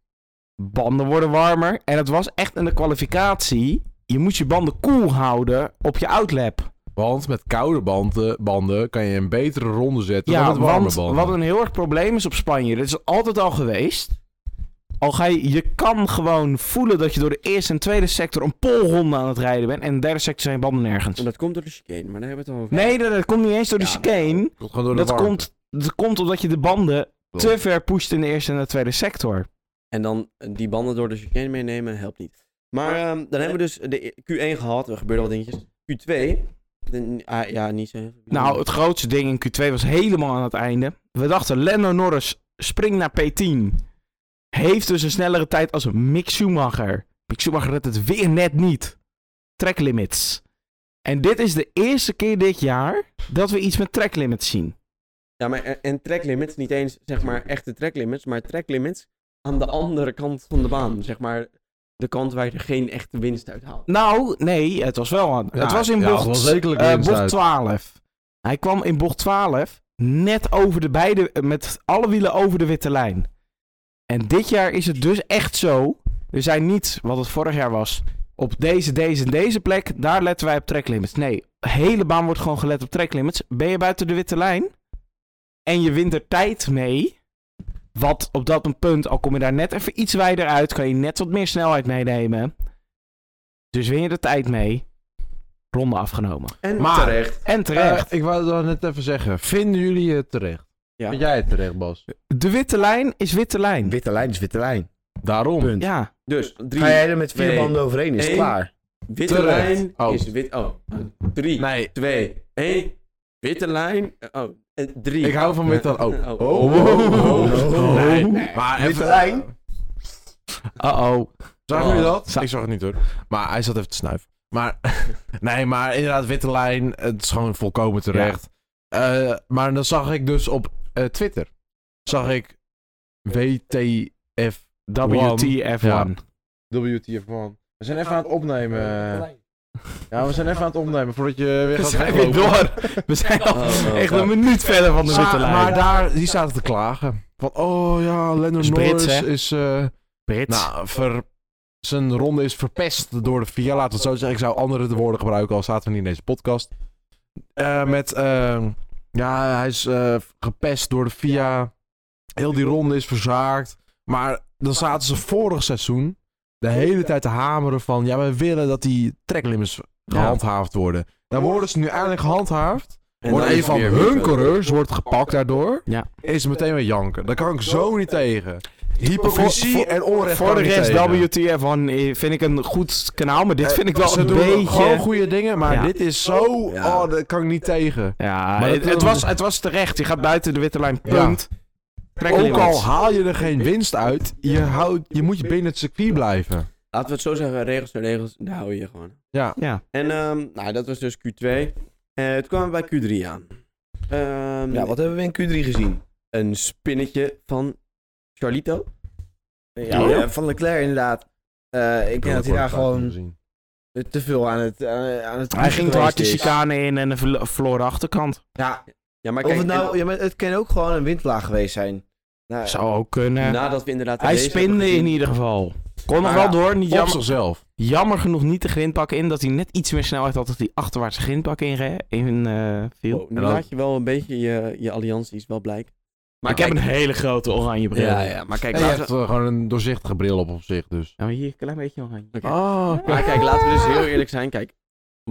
C: banden worden warmer. En het was echt in de kwalificatie. Je moet je banden koel houden op je outlap.
B: Want met koude banden, banden kan je een betere ronde zetten dan
C: Ja,
B: met warme
C: want
B: banden.
C: wat een heel erg probleem is op Spanje, dat is altijd al geweest. Al ga je, je kan gewoon voelen dat je door de eerste en tweede sector een polronde aan het rijden bent. En in de derde sector zijn je banden nergens.
A: En dat komt door de chicane, maar daar hebben we het al over.
C: Nee, dat, dat komt niet eens door de
A: Ja,
C: chicane.
B: Komt gewoon door de
C: Dat
B: warmte.
C: komt, dat komt omdat je de banden te
B: Klopt.
C: ver pusht in de eerste en de tweede sector.
A: En dan eh, die banden door de chicane meenemen, helpt niet. Maar ehm, dan hebben we dus de Q1 gehad, er gebeurden wat dingetjes. Q2, de- ah, ja, niet zo...
C: Nou, het grootste ding in Q2 was helemaal aan het einde. We dachten, Lando Norris springt naar P10. Heeft dus een snellere tijd als Mick Schumacher. Mick Schumacher redt het weer net niet. Track limits. En dit is de eerste keer dit jaar dat we iets met track limits zien.
A: Ja, maar en- en track limits, niet eens zeg maar echte track limits, maar track limits aan de andere kant van de baan. Zeg maar de kant waar je er geen echte winst uit haalt.
C: Nou, nee, het was wel aan.
B: Ja,
C: het was in
B: ja,
C: bocht,
B: wel zekerlijk
C: eh,
B: winst
C: bocht
B: uit.
C: 12. Hij kwam in bocht 12 net over de beide, met alle wielen over de witte lijn. En dit jaar is het dus echt zo. We zijn niet, wat het vorig jaar was, op deze, deze en deze plek, daar letten wij op track limits. Nee, de hele baan wordt gewoon gelet op track limits. Ben je buiten de witte lijn en je wint er tijd mee, wat op dat punt, al kom je daar net even iets wijder uit, kan je net wat meer snelheid meenemen. Dus win je de tijd mee, ronde afgenomen.
A: En
B: Maar-
A: terecht.
C: En terecht.
B: Eh, ik wou dat net even zeggen. Vinden jullie het terecht?
A: Ja.
B: Vind jij het terecht, Bas?
C: de witte lijn is witte lijn.
D: Witte lijn is witte lijn.
B: Daarom.
D: Punt.
C: Ja,
A: Dus, drie,
D: Ga jij er met vier
A: twee,
D: banden overheen, is het
A: één.
D: klaar.
A: witte
B: terecht.
A: lijn
B: Oh.
A: is wit... Oh, drie,
B: Nee,
A: twee, één. Witte lijn... eh, Oh, eh, drie.
B: ik hou van witte lijn. Oh.
A: Oh.
B: Oh. Oh.
D: Oh.
B: Nee, nee. Maar even,
D: Witte lijn?
C: uh-oh.
B: Zagen jullie dat?
C: Za-
B: Ik zag het niet hoor. Oh. Maar hij zat even te snuiven. Maar *laughs* nee, maar inderdaad, witte lijn. Het is gewoon volkomen terecht. Eh, maar dan zag ik dus op eh, Twitter. Zag ik WTF
C: WTF1.
B: WTF1. We zijn even aan het opnemen. Ja, we zijn even aan het omnemen voordat je weer
C: We
B: gaat
C: zijn weer
B: weglopen.
C: door. We zijn al
A: Oh, oh,
C: echt
A: fuck.
C: een minuut verder van de
B: Maar,
C: witte lijn.
B: maar daar, die zaten te klagen. Van, oh ja, Lennon
C: Is Brits,
B: Norris
C: hè?
B: is... eh,
C: Brits.
B: nou, ver, zijn ronde is verpest door de VIA. Laat het zo zeggen. Ik zou andere woorden gebruiken, al zaten we niet in deze podcast. Eh, met, eh, ja, hij is eh, gepest door de VIA. Heel die ronde is verzaakt. Maar dan zaten ze vorig seizoen de hele tijd te hameren van... Ja, we willen dat die tracklimits gehandhaafd worden. Daar worden ze nu eindelijk gehandhaafd. Wordt
A: dan
B: een
A: is
B: van
A: het weer
B: hun
A: weer-
B: coureurs wordt gepakt daardoor.
C: Ja.
B: Is meteen weer janken. Daar kan ik zo niet tegen. Hypocrisie
C: Voor- voor-
B: en onrecht.
C: Voor
B: kan
C: de
B: ik niet
C: rest,
B: tegen.
C: WTF man, eh, vind ik een goed kanaal, maar dit vind ik wel
B: Eh, Ze
C: een
B: doen gewoon
C: beetje...
B: goede dingen, maar
C: Ja.
B: dit is zo.
A: Ja.
B: Oh, dat kan ik niet tegen.
C: Ja,
B: Maar
C: het,
B: dat-
C: het was, het was terecht. Je gaat buiten de witte lijn,
B: Ja.
C: punt. Trek
B: Ook
C: limits.
B: al haal je er geen winst uit, je, houdt, je moet je binnen het circuit blijven.
A: Laten we het zo zeggen, regels zijn regels, daar hou je je gewoon.
C: Ja.
A: En ehm, nou, dat was dus Q2. Eh toen kwamen we bij Q3 aan. Ehm,
D: Ja, wat hebben we in Q3 gezien?
A: Een spinnetje van Charlito.
D: Ja,
C: Oh.
D: eh, van Leclerc inderdaad. Eh, ik denk dat hij daar gewoon te veel aan het... Aan, aan het
C: Hij ging te
D: geweest
C: hard de
D: is.
C: chicane in en verlo- verloor de achterkant.
D: Ja,
A: Ja, maar
D: of
A: kijk,
D: het, nou,
A: en-
D: ja, maar het kan ook gewoon een windvlaag geweest zijn. Nou,
C: Zou ook kunnen.
A: nadat we inderdaad... de
C: Hij
A: race hebben
C: spinde
A: gezien-
C: in ieder geval. Kon nog
D: Maar
C: wel
D: ja,
C: door, niet
B: Op
C: jammer,
B: zichzelf.
C: jammer genoeg niet de grindpak in. Dat hij net iets meer snelheid had dat hij achterwaarts de grindpak in, re- in eh, viel.
A: Wow, nu
B: En
A: Oh,
B: dan-
A: laat je wel een beetje je, je allianties wel blijken.
C: maar ik heb een hele grote oranje bril.
A: Ja, ja, maar kijk,
B: En je
A: laten
B: hebt eh, gewoon een doorzichtige bril op op zich, dus.
C: Ja, maar hier een klein beetje oranje.
A: Oké.
B: Ah,
A: we, maar kijk, laten we dus heel eerlijk zijn. Kijk,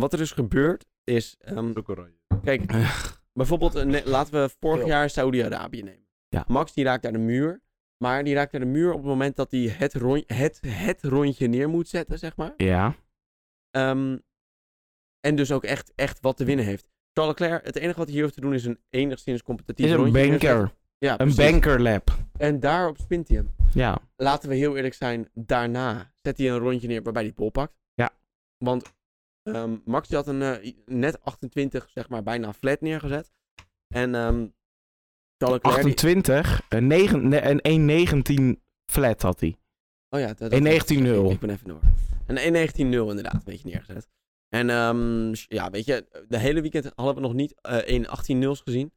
A: wat er dus gebeurt is... ehm, kijk, bijvoorbeeld, eh, ne- laten we vorig jaar Saudi-Arabië nemen.
C: Ja.
A: Max die raakt naar de muur. Maar die raakt naar de muur op het moment dat hij het, rond, het, het rondje neer moet zetten, zeg maar.
C: Ja.
A: Ehm, en dus ook echt, echt wat te winnen heeft. Charles Leclerc, het enige wat hij hier hoeft te doen is een enigszins competitief
C: Is een
A: rondje neerzetten.
C: banker.
A: Ja,
C: Een
A: precies.
C: banker lab.
A: En daarop spint hij hem.
C: Ja.
A: laten we heel eerlijk zijn, daarna zet hij een rondje neer waarbij hij pol pakt.
C: Ja.
A: Want ehm, Max die had een eh, i- net 28, zeg maar, bijna flat neergezet. En ehm Charles Leclerc... die-
C: 28, een, negen- ne- een 119 flat had hij.
A: Oh ja, dat- dat-
C: 1.19.0.
A: Ik, ik ben even door. Een 1.19.0 inderdaad, een beetje neergezet. En ehm, ja, weet je, de hele weekend hadden we nog niet eh 1.18.0's gezien.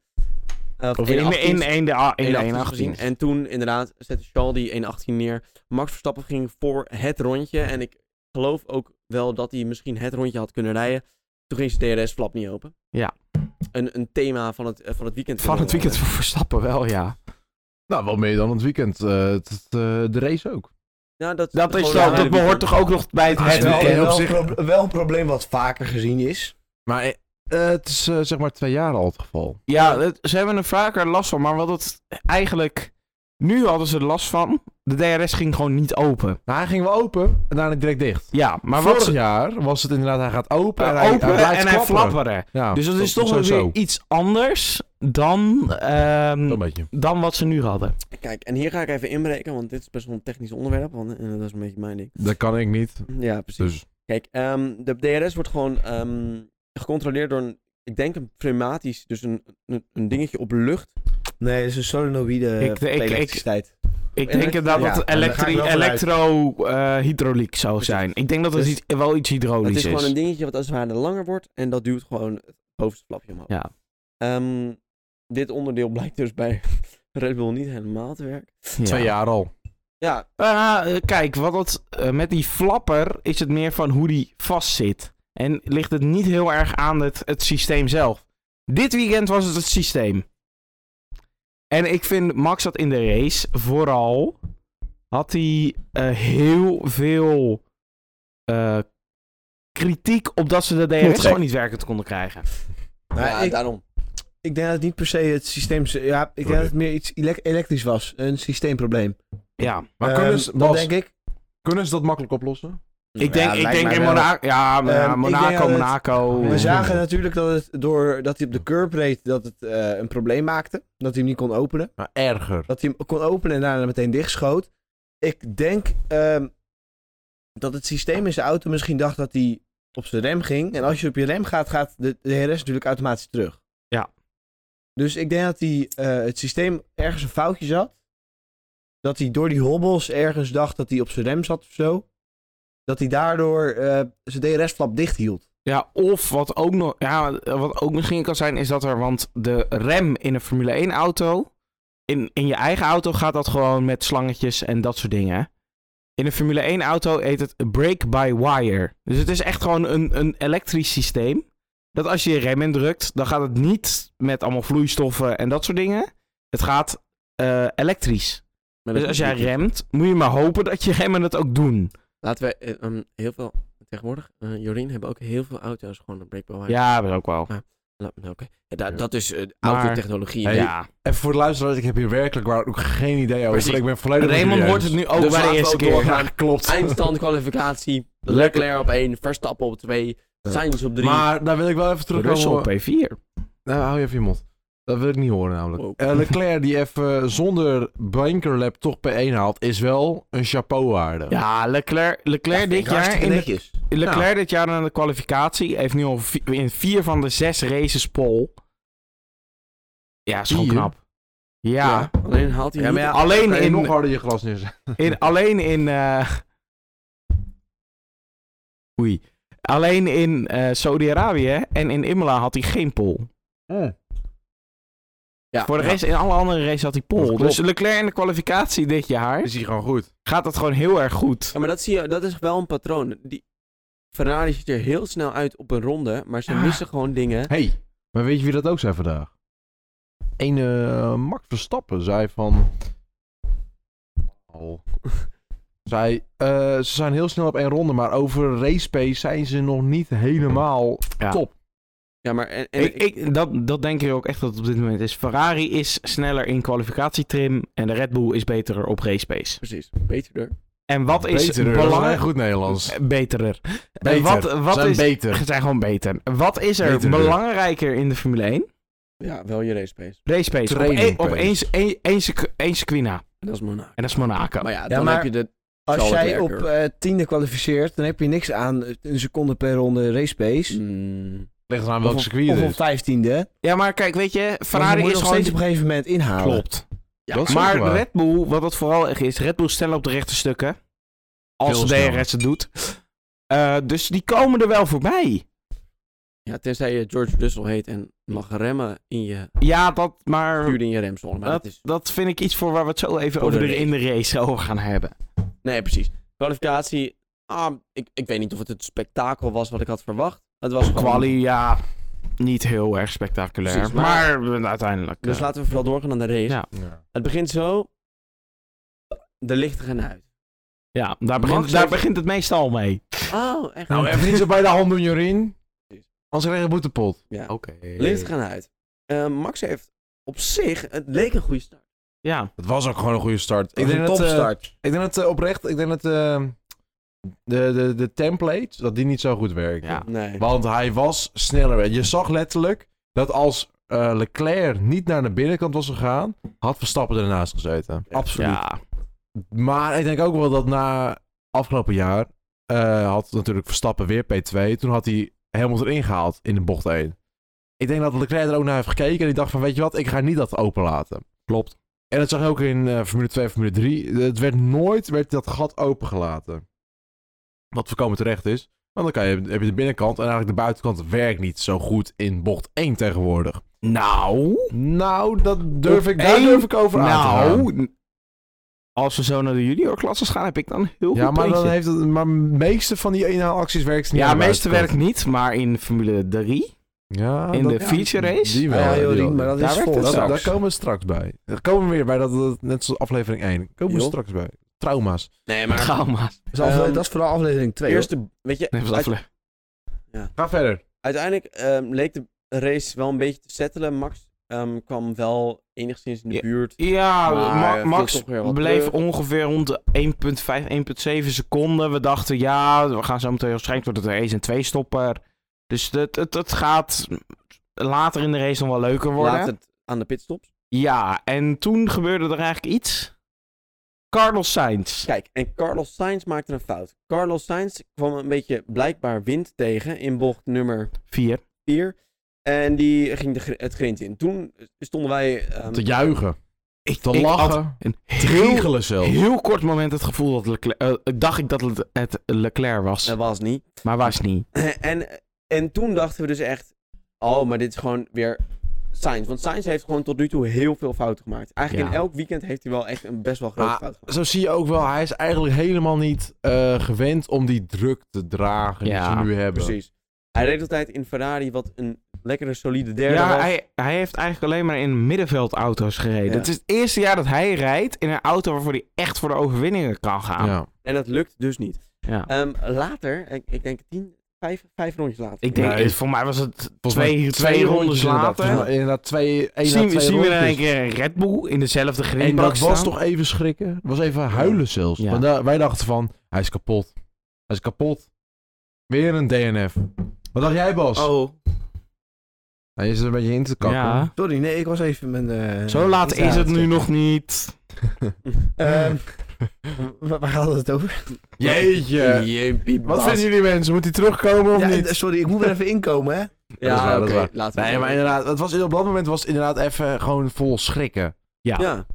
A: Eh,
C: Of in, in,
A: 1.18's.
C: in, in de a- in de
A: 1.18 gezien.
C: 118.
A: En toen inderdaad zette Charles die 1.18 neer. Max Verstappen ging voor het rondje. En ik geloof ook wel dat hij misschien het rondje had kunnen rijden. Toen ging zijn DRS-flap niet open.
C: Ja.
A: Een, een thema van het, eh, van het weekend.
C: Van het weekend voor Verstappen wel, ja.
B: Nou, wel meer dan het weekend. eh, het- het, eh, de race ook.
A: Oh, Ja, dat,
C: Dat, is
A: gewoon
C: zo,
A: het hele
C: dat behoort
A: weekend.
C: toch ook nog bij het
B: Ah,
D: Het
C: het
D: is wel,
B: weekend op
D: wel,
B: zich-
D: een pro- wel een probleem wat vaker gezien is.
B: Maar eh, eh, het is eh, zeg maar twee jaar al het geval.
C: Ja, het- ze hebben er vaker last van, maar wat het eigenlijk... Nu hadden ze er last van. De DRS ging gewoon niet open.
B: Nou, hij ging wel open en daarna direct dicht.
C: Ja, maar
B: Maar
C: wat
B: vorig
C: ze
B: jaar was het inderdaad, hij gaat open en
C: open
B: hij, hij blijft
C: en hij
B: klapperen.
C: flapperen.
B: Ja,
C: Dus dat is toch wel
B: sowieso.
C: weer iets anders dan, ehm,
B: Zo'n beetje.
C: dan wat ze nu hadden.
A: Kijk, en hier ga ik even inbreken, want dit is best wel een technisch onderwerp. Want, en dat is een beetje mijn ding.
B: Dat kan ik niet.
A: Ja, precies.
B: Dus
A: Kijk, ehm, de DRS wordt gewoon ehm, gecontroleerd door een, ik denk een pneumatisch, dus een, een, een dingetje op lucht.
D: Nee, het is een solenoïde
C: Ik- ik- ik-
D: elektriciteit.
C: Ik denk inderdaad
D: Ja,
C: dat het
D: en daar ga ik
C: elektri-
D: wel vanuit.
C: elektro-hydrauliek zou
A: Precies.
C: zijn. Ik denk dat het
A: Dus-
C: iets- wel iets
A: Het
C: hydraulisch
A: is
C: is.
A: gewoon een dingetje wat als het ware langer wordt en dat duwt gewoon het bovenste flapje omhoog.
C: Ja.
A: Ehm, dit onderdeel blijkt dus bij *laughs* Red Bull niet helemaal te werken.
C: Ja.
B: twee jaar al.
A: Ja,
C: Ah, eh, kijk, wat het, eh, met die flapper is het meer van hoe die vastzit. En ligt het niet heel erg aan het, het systeem zelf. Dit weekend was het het systeem. En ik vind Max dat in de race vooral had hij eh, heel veel eh, kritiek op dat ze de DRS
B: Knotgek.
C: gewoon niet werkend konden krijgen.
D: Nou,
A: ja,
D: ik-
A: daarom.
D: Ik denk dat het niet per se het systeem... Ja, ik denk dat het meer iets elec- elektrisch was. Een systeemprobleem.
C: Ja.
B: Maar
D: Ehm,
B: kunnen, ze,
D: dat
B: Bas,
D: denk ik.
B: kunnen ze dat makkelijk oplossen?
C: Ik denk,
D: Ja,
C: ik
D: lijkt
C: denk
D: mij
C: in
D: wel.
C: Monaco. Ja, maar ja,
D: Ehm, ik denk
C: Monaco,
D: dat het-
C: Monaco.
D: We
B: Ja.
D: zagen natuurlijk dat het door dat hij op de curb reed dat het eh, een probleem maakte. Dat hij hem niet kon openen.
B: Maar erger.
D: Dat hij hem kon openen en daarna meteen dichtschoot. Ik denk ehm, dat het systeem in zijn auto misschien dacht dat hij op zijn rem ging. En als je op je rem gaat, gaat de, de DRS natuurlijk automatisch terug.
C: Ja.
D: Dus ik denk dat hij eh, het systeem ergens een foutje zat. Dat hij door die hobbels ergens dacht dat hij op zijn rem zat of zo. dat hij daardoor eh zijn DRS-flap dicht hield.
C: Ja, of wat ook, nog, ja, wat ook misschien kan zijn, is dat er, want de rem in een Formule 1 auto, in, in je eigen auto gaat dat gewoon met slangetjes en dat soort dingen. hè. In een Formule 1 auto heet het brake by wire. Dus het is echt gewoon een, een elektrisch systeem. Dat als je je rem indrukt, dan gaat het niet met allemaal vloeistoffen en dat soort dingen. Het gaat eh, elektrisch.
A: Maar
C: Dus
A: dat-
C: als jij remt, moet je maar hopen dat je remmen het ook doen.
A: Laten we eh, ehm, heel veel... Tegenwoordig, eh, Jorien, hebben ook heel veel auto's gewoon een breakball.
C: Ja, dat ook wel.
A: La- nou, Oké. Ja, da- dat is eh,
C: Maar-
A: autotechnologie.
B: Hey,
C: Ja.
B: Even voor de luisteraars, ik heb hier werkelijk waar ook geen idee over.
A: Precies.
B: Ik ben volledig
C: Raymond
B: serieus.
C: hoort het nu ook
A: Dus
C: bij
A: laten
C: de
A: we
C: eerste
A: ook
C: keer.
A: doorgaan.
B: Ja, klopt.
A: Eindstand, kwalificatie.
B: Lekker.
A: Leclerc op 1, Verstappen op 2, Sainz op 3.
B: Maar daar wil ik wel
C: *laughs*
B: even terugkomen.
C: Russell op P4.
B: Nou, hou je even je mond. Dat wil ik niet horen namelijk.
A: Wow.
B: Eh, Leclerc die even zonder bankerlap toch P1 haalt, is wel een chapeau waarde.
C: Ja, Leclerc, Leclerc, dit, jaar in de,
D: netjes.
C: Leclerc dit jaar in de kwalificatie heeft nu al vi- in vier van de zes races pole. Ja, is gewoon
B: Vier?
C: knap. Ja,
A: Alleen haalt hij
D: Ja,
A: niet...
D: maar ja,
C: alleen,
B: Kan je nog
C: in,
B: harder je glas neerzetten.
C: *laughs* in, alleen in... eh Oei. Alleen in eh Saudi-Arabië en in Imola had hij geen pole. Oh.
A: Ja,
C: Voor de
A: ja.
C: rest, in alle andere races had hij pole.
B: klopt.
C: Dus Leclerc in de kwalificatie dit jaar
B: Is hij gewoon goed?
C: gaat dat gewoon heel erg goed.
A: Ja, maar dat, zie je, dat is wel een patroon. Die Ferrari ziet er heel snel uit op een ronde, maar ze
C: Ja.
A: missen gewoon dingen.
B: Hey, maar weet je wie dat ook zei vandaag? Een eh, Max Verstappen zei van. Oh. *laughs* Zei, eh, ze zijn heel snel op één ronde, maar over race pace zijn ze nog niet helemaal
C: Ja.
B: top.
A: Ja, maar en, en,
C: Ik, ik, dat, dat denk ik ook echt dat het op dit moment is. Ferrari is sneller in kwalificatietrim en de Red Bull is beter op race pace.
A: Precies, beterder.
C: En wat is
B: Beterder, dat is
C: belangrijk...
B: echt goed Nederlands.
C: Eh, Beterer.
B: Beter.
C: En wat, wat
B: zijn
C: is...
B: beter.
C: Ze zijn gewoon beter. Wat is er
B: Beterder.
C: belangrijker in de Formule 1?
A: Ja, wel je race pace.
C: Race pace. Op
B: Training
C: één- Op
B: pace.
C: één één- één secu- één circuit na.
A: En dat is Monaco.
C: En dat is Monaco.
A: Maar ja, dan
D: maar-
A: heb je de...
D: Als
A: Charlotte
D: jij op
A: Leclerc.
D: eh, tiende kwalificeert, dan heb je niks aan eh, een seconde per ronde race pace.
A: Mm,
B: Ligt aan
D: Of
B: welk
D: op-
B: circuit
D: Of
B: het
D: op
B: is.
D: vijftiende.
C: Ja, maar kijk, weet je,
D: Ferrari
C: Ferrari
D: moet je
C: is
D: nog
C: gewoon...
D: steeds op een gegeven moment inhalen.
B: Klopt.
A: ja,
B: Dat is
C: Maar
B: ook
C: de
B: waar.
C: Red Bull, wat het vooral echt is, Red Bull stellen op de rechte stukken. Als
B: Veel
C: de
B: sneller.
C: DRS het doet. Eh, dus die komen er wel voorbij.
A: ja, tenzij je George Russell heet en mag remmen in je...
C: Ja, dat, maar
A: Stuurde in je remzone, maar dat is...
C: dat vind ik iets voor waar we het zo even
A: Voor de
C: over de,
A: race.
C: in de race over gaan hebben.
A: Nee, precies. Kwalificatie. Ah, ik, ik weet niet of het het spektakel was wat ik had verwacht. Het was gewoon...
C: Quali, ja, niet heel erg spectaculair.
A: Precies,
C: maar
A: maar-
C: eh, uiteindelijk.
A: Dus
C: eh,
A: laten we vooral doorgaan aan de race.
C: Ja.
B: Ja.
A: Het begint zo. De lichten gaan uit.
C: ja, daar, begint,
A: Max
C: daar
A: heeft-
C: begint het meestal mee.
A: Oh, echt?
B: *laughs* Nou, even niet zo bij de hand doen, Jorien. Anders krijg je boetepot.
A: Ja.
B: Oké.
A: Lichten gaan uit. Eh, Max heeft op zich, het leek een goede start.
C: Ja,
B: Het was ook gewoon een goede start.
D: Ik denk dat
B: eh,
D: topstart.
B: Ik denk dat eh, oprecht, ik denk dat eh, de, de, de templates, dat die niet zo goed werken.
C: ja.
A: Nee.
B: Want hij was sneller. Je zag letterlijk dat als eh, Leclerc niet naar de binnenkant was gegaan, had Verstappen ernaast gezeten.
A: Absoluut.
C: ja.
B: Maar ik denk ook wel dat na afgelopen jaar eh, had natuurlijk Verstappen weer P2. Toen had hij helemaal erin gehaald in de bocht 1. Ik denk dat Leclerc er ook naar heeft gekeken en die dacht van weet je wat, ik ga niet dat open laten.
C: Klopt.
B: En dat zag je ook in eh, Formule 2 en Formule 3. Het werd nooit werd dat gat opengelaten. Wat voorkomen terecht is. Want dan kan je, heb je de binnenkant en eigenlijk de buitenkant werkt niet zo goed in bocht 1 tegenwoordig.
C: Nou,
B: Nou, dat durf
C: Op
B: ik, daar
C: één?
B: durf ik over aan te gaan.
C: nou. n- Als we zo naar de juniorklasses gaan, heb ik dan een heel
B: Ja,
C: goed
B: maar dan
C: puntje.
B: heeft het, maar meeste van die inhaalacties werkt niet
C: Ja,
B: aan de
C: meeste werkt
B: buitenkant.
C: niet, maar in Formule 3,
B: Ja,
C: in
B: dat-
C: de feature race,
B: Die wel.
D: Ja,
B: die wel.
D: Jorien, maar dat
C: Daar
D: is
C: werkt
D: vol.
C: het
B: Dat-
C: straks.
B: daar komen we straks bij. Daar komen we weer bij dat, dat- net zoals aflevering 1. Komen we
A: Joh.
B: straks bij. Trauma's.
A: Nee, maar...
C: trauma's.
D: Dat is, afle-
A: Ehm,
D: dat is vooral aflevering 2.
A: Eerste, weet je,
C: Nee, was
A: uit-
C: afle-
B: Ga verder.
A: uiteindelijk ehm, leek de race wel een beetje te settelen. Max ehm, kwam wel enigszins in de
C: Ja.
A: buurt.
C: Ja,
A: Maar
C: Ma-
A: hij viel
C: Max
A: toch weer wat eh,
C: bleef
A: terug.
C: ongeveer rond de 1,5, 1,7 seconden. We dachten, ja, we gaan zo meteen waarschijnlijk wordt het een race en twee stopper. Dus het, het, het gaat later in de race nog wel leuker worden.
A: Laat het aan de pitstops.
C: Ja, en toen gebeurde er eigenlijk iets. Carlos Sainz.
A: Kijk, en Carlos Sainz maakte een fout. Carlos Sainz kwam een beetje blijkbaar wind tegen in bocht nummer
C: Vier.
A: 4. En die ging de, gr- het grind in. Toen stonden wij... ehm,
B: Te juichen.
C: Ik,
B: Te
C: ik had
B: lachen,
C: een
B: te
C: heel,
B: giechelen zelfs.
C: heel kort moment het gevoel dat Leclerc... eh, dacht ik dat het, het Leclerc was,
A: Dat was niet.
C: maar was niet.
A: En, en toen dachten we dus echt, oh, maar dit is gewoon weer Sainz. Want Sainz heeft gewoon tot nu toe heel veel fouten gemaakt. Eigenlijk
C: Ja.
A: in elk weekend heeft hij wel echt een best wel grote
B: Maar-
A: fout gemaakt.
B: Zo zie je ook wel, hij is eigenlijk helemaal niet eh, gewend om die druk te dragen
C: Ja,
B: die ze nu hebben.
A: Precies. Hij reed altijd in Ferrari, wat een lekkere solide derde
C: Ja,
A: was.
C: hij, hij heeft eigenlijk alleen maar in middenveldauto's gereden.
A: Ja.
C: Het is het eerste jaar dat hij rijdt in een auto waarvoor hij echt voor de overwinningen kan gaan.
B: Ja.
A: En dat lukt dus niet.
C: Ja.
A: Ehm, later, ik, ik denk tien, vijf, vijf rondjes later.
C: Ik denk,
B: Nee.
C: voor mij was het
B: Volgens mij
C: twee, twee rondes
B: inderdaad.
C: later.
B: Volgens mij Inderdaad, twee, één
C: zien,
B: à
C: we-
B: twee
C: zien we in
B: rondjes.
C: één keer een Red Bull in dezelfde
B: En
C: grindbak
B: dat was
C: staan?
B: toch even schrikken? Het was even huilen zelfs.
C: Ja.
B: Want daar- wij dachten van, hij is kapot. Hij is kapot. Weer een DNF. Wat dacht jij, Bas?
C: Oh,
B: Hij is er een beetje in te kakken.
C: ja.
D: Sorry, nee, ik was even mijn... eh,
C: Zo laat
D: internet
C: is het nu
D: aan
C: nog niet.
D: *laughs* Ehm, wa- waar hadden we het over?
A: eh,
B: Jeetje.
A: Jeepie,
B: Wat
A: Bas.
B: vinden jullie mensen? Moet hij terugkomen of
D: Ja, eh, dus-
B: niet?
D: sorry, ik moet er even inkomen, hè?
B: Dat is waar,
A: Ja,
B: dat
A: oké.
B: is waar.
A: laten we
B: Nee, maar inderdaad, het was, op dat moment was het inderdaad even gewoon vol schrikken.
A: Ja.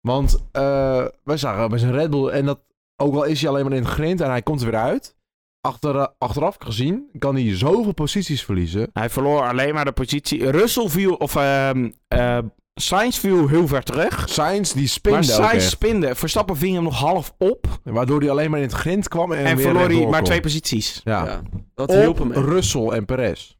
B: Want eh, wij zagen hem bij zijn Red Bull en dat, ook al is hij alleen maar in het grind en hij komt er weer uit. Achter, eh, achteraf gezien kan hij zoveel posities verliezen.
C: Hij verloor alleen maar de positie. Russell viel, of ehm eh, Sainz viel heel ver terug.
B: Sainz die
C: maar
B: spinde ook
C: Sainz
B: echt.
C: spinde. Verstappen ving hem nog half op.
B: Waardoor hij alleen maar in het grind kwam en,
C: En,
B: weer
C: verloor hij
B: rechtdoor
C: maar
B: kon.
C: twee posities.
B: Ja.
A: ja. Dat
B: Op
A: hielp hem. echt.
B: Russell en Perez.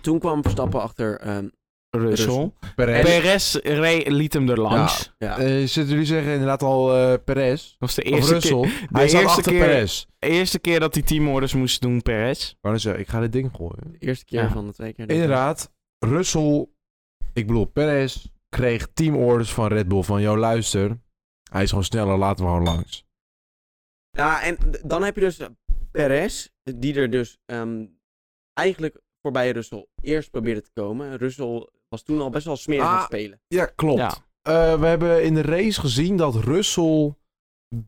A: Toen kwam Verstappen achter ehm,
C: Russell.
B: Perez.
C: Perez re- liet hem er langs.
A: ja.
B: Eh, zitten jullie zeggen inderdaad al eh, Perez?
C: Dat was de
B: Of
C: eerste,
B: Russell?
C: de
B: hij zat
C: eerste
B: achter
C: keer-
B: Perez. Ik
C: keer, eerste keer dat hij teamorders moest doen, Perez.
B: wou net zeggen, ik ga dit ding gooien.
A: de eerste keer
C: Ja.
A: van de twee keer.
B: Inderdaad, Russell, ik bedoel Perez, kreeg teamorders van Red Bull van, yo luister, hij is gewoon sneller, laten we gewoon langs.
A: Ja, en d- dan heb je dus eh, Perez, die er dus ehm, eigenlijk voorbij Russell eerst probeerde te komen. Russell was toen al best wel smerig aan
B: Ah.
A: het spelen.
B: Ja, klopt.
C: Ja.
B: Eh, we hebben in de race gezien dat Russell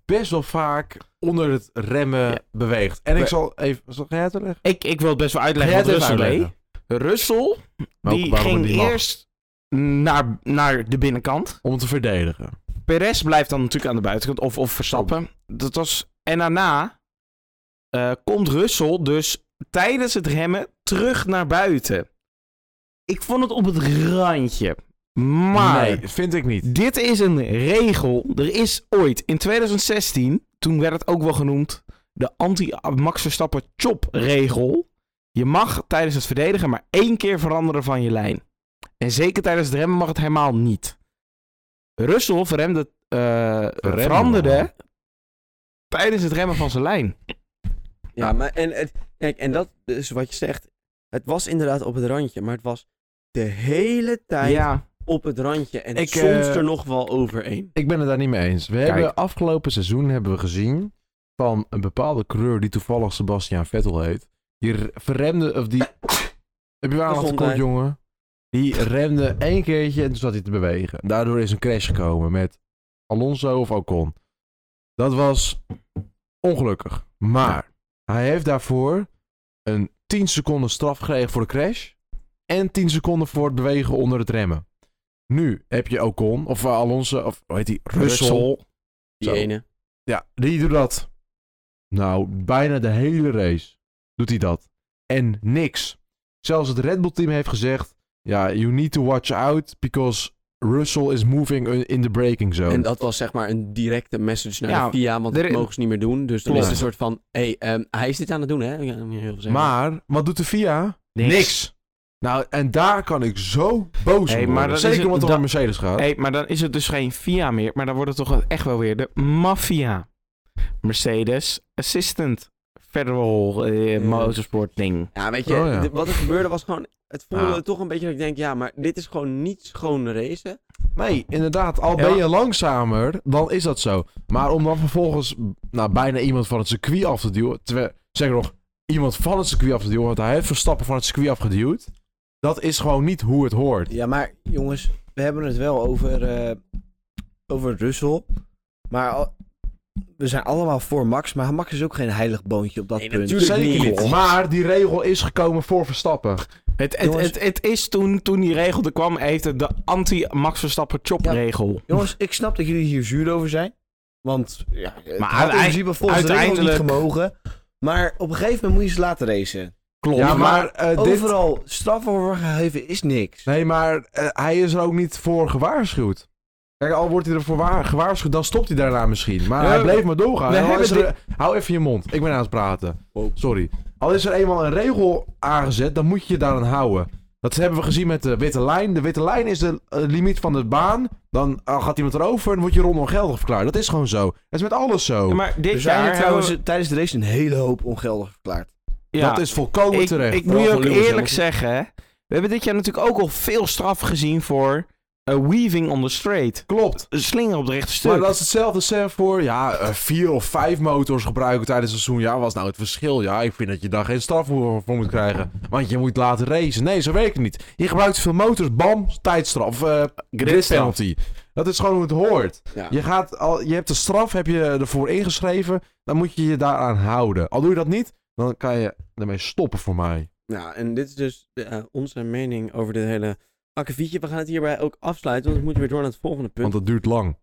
B: best wel vaak onder het remmen
C: Ja.
B: beweegt. En ik
C: We-
B: zal even, zal, ga jij het uitleggen?
C: Ik, ik wil het best wel
B: Ga jij
C: uitleggen wat
B: het even
C: Russell deed.
B: uitleggen?
C: Russell,
B: Waarom-
C: die
B: waarom
C: ging
B: die mag?
C: eerst naar, naar de binnenkant.
B: Om te verdedigen.
C: Perez blijft dan natuurlijk aan de buitenkant. Of, of Verstappen. Dat was... En daarna eh, komt Russell dus tijdens het remmen terug naar buiten. Ik vond het op het randje. Maar
B: Nee, vind ik niet.
C: dit is een regel. Er is ooit in 2016, toen werd het ook wel genoemd, de anti-Max Verstappen chop-regel. Je mag tijdens het verdedigen maar één keer veranderen van je lijn. En zeker tijdens het remmen mag het helemaal niet. Russell verremde, eh, veranderde
B: man.
C: tijdens het remmen van zijn lijn.
A: Ja, maar en, het, kijk, en dat is wat je zegt. Het was inderdaad op het randje, maar het was de hele tijd
C: Ja,
A: op het randje. En
B: Ik,
A: soms
B: eh,
A: er nog wel overheen.
B: Ik ben het daar niet mee eens. We hebben afgelopen seizoen hebben we gezien van een bepaalde coureur die toevallig Sebastian Vettel heet. Die r- verremde, of die... Heb je wel aan
A: Gezondheid.
B: gekocht, jongen? Die remde één keertje en toen zat hij te bewegen. Daardoor is een crash gekomen met Alonso of Ocon. Dat was ongelukkig. Maar hij heeft daarvoor een 10 seconden straf gekregen voor de crash. En 10 seconden voor het bewegen onder het remmen. Nu heb je Ocon, of eh, Alonso, of hoe heet die? Russell.
A: Die
B: Zo.
A: ene.
B: Ja, die doet dat. Nou, bijna de hele race doet hij dat. En niks. Zelfs het Red Bull team heeft gezegd... Ja, you need to watch out because Russell is moving in the braking zone.
A: En dat was zeg maar een directe message naar
C: Ja,
A: de FIA, want
C: er-
A: dat mogen ze niet meer doen. Dus dan
B: Klopt.
A: is het een soort van, hé, hey, ehm, hij is dit aan het doen, hè? Ja, dat moet je heel veel zeggen.
B: maar, wat doet de FIA?
C: niks.
B: Nou, en daar kan ik zo boos
C: Hey,
B: om
C: maar
B: worden.
C: dat is
B: Zeker
C: het-
B: omdat het
C: dat-
B: om Mercedes gaat.
C: Hey, maar dan is het dus geen FIA meer, maar dan wordt het toch echt wel weer de maffia. Mercedes Assistant Federal eh,
A: Ja.
C: Motorsport ding.
A: Ja, weet je,
B: Oh, ja.
A: d- wat er gebeurde was gewoon... Het voelde
B: Ja.
A: toch een beetje dat ik denk, ja, maar dit is gewoon niet schoon racen.
B: Nee, inderdaad. Al
C: Ja,
B: ben
C: maar-
B: je langzamer, dan is dat zo. Maar om dan vervolgens nou, bijna iemand van het circuit af te duwen. Terwijl, zeg nog, iemand van het circuit af te duwen. Want hij heeft Verstappen van het circuit afgeduwd. Dat is gewoon niet hoe het hoort.
D: Ja, maar jongens, we hebben het wel over, eh, over Russell. Maar al- we zijn allemaal voor Max, maar Max is ook geen heilig boontje op dat
A: Nee,
D: punt.
A: natuurlijk
B: Zeker
A: niet.
B: niet. Maar die regel is gekomen voor Verstappen.
C: Het, het,
D: Jongens.
C: het, het is toen, toen die regel er kwam, heeft het de anti-Max Verstappen chop-regel.
D: Jongens, ik snap dat jullie hier zuur over zijn. Want ja, het
C: Maar
D: had in
C: uiteind-
D: principe volgens de regels niet
C: uiteindelijk-
D: gemogen. Maar op een gegeven moment moet je ze laten racen.
B: Klopt.
C: Ja,
B: maar eh, dit...
D: Overal straf voor gegeven is niks.
B: Nee, maar eh, hij is er ook niet voor gewaarschuwd. Kijk, al wordt hij ervoor wa- gewaarschuwd, dan stopt hij daarna misschien. Maar
C: Ja,
B: hij
C: we-
B: bleef maar doorgaan.
C: we
B: En al
C: hebben
B: is er- Hou even je mond, ik ben aan het praten.
C: Oh.
A: Wow.
B: Sorry. Al is er eenmaal een regel aangezet, dan moet je je daaraan houden. Dat hebben we gezien met de witte lijn. De witte lijn is de eh, limiet van de baan. Dan ah, gaat iemand erover en wordt je rondom geldig verklaard. Dat is gewoon zo. Dat is met alles zo.
C: Ja, maar dit
D: Er zijn
C: jaar
D: er trouwens
C: hebben
D: tijdens de race een hele hoop ongeldig verklaard.
C: we- ja,
B: Dat is volkomen
C: ik,
B: terecht.
C: ik moet je
A: Vooral
C: ook
A: voor Lewis
C: eerlijk
A: Hamilton.
C: zeggen, hè. we hebben dit jaar natuurlijk ook al veel straf gezien voor eh, weaving on the straight.
B: Klopt.
C: Een slinger op de rechte stuk.
B: Maar dat is hetzelfde Sam voor ja, eh, vier of vijf motors gebruiken tijdens het seizoen. Ja, wat is nou het verschil? Ja, ik vind dat je daar geen straf voor voor moet krijgen. Want je moet laten racen. Nee, zo werkt het niet. Je gebruikt veel motors, bam, tijdstraf, eh grid
C: straf.
B: penalty. Dat is gewoon hoe het hoort.
A: Ja.
B: Je, gaat al, je hebt de straf heb je ervoor ingeschreven. Dan moet je je daaraan houden. Al doe je dat niet, dan kan je ermee stoppen voor mij.
A: Ja, en dit is dus eh, onze mening over dit hele akkefietje. We gaan het hierbij ook afsluiten, want we moeten weer door naar het volgende
B: Want
A: punt.
B: dat duurt lang.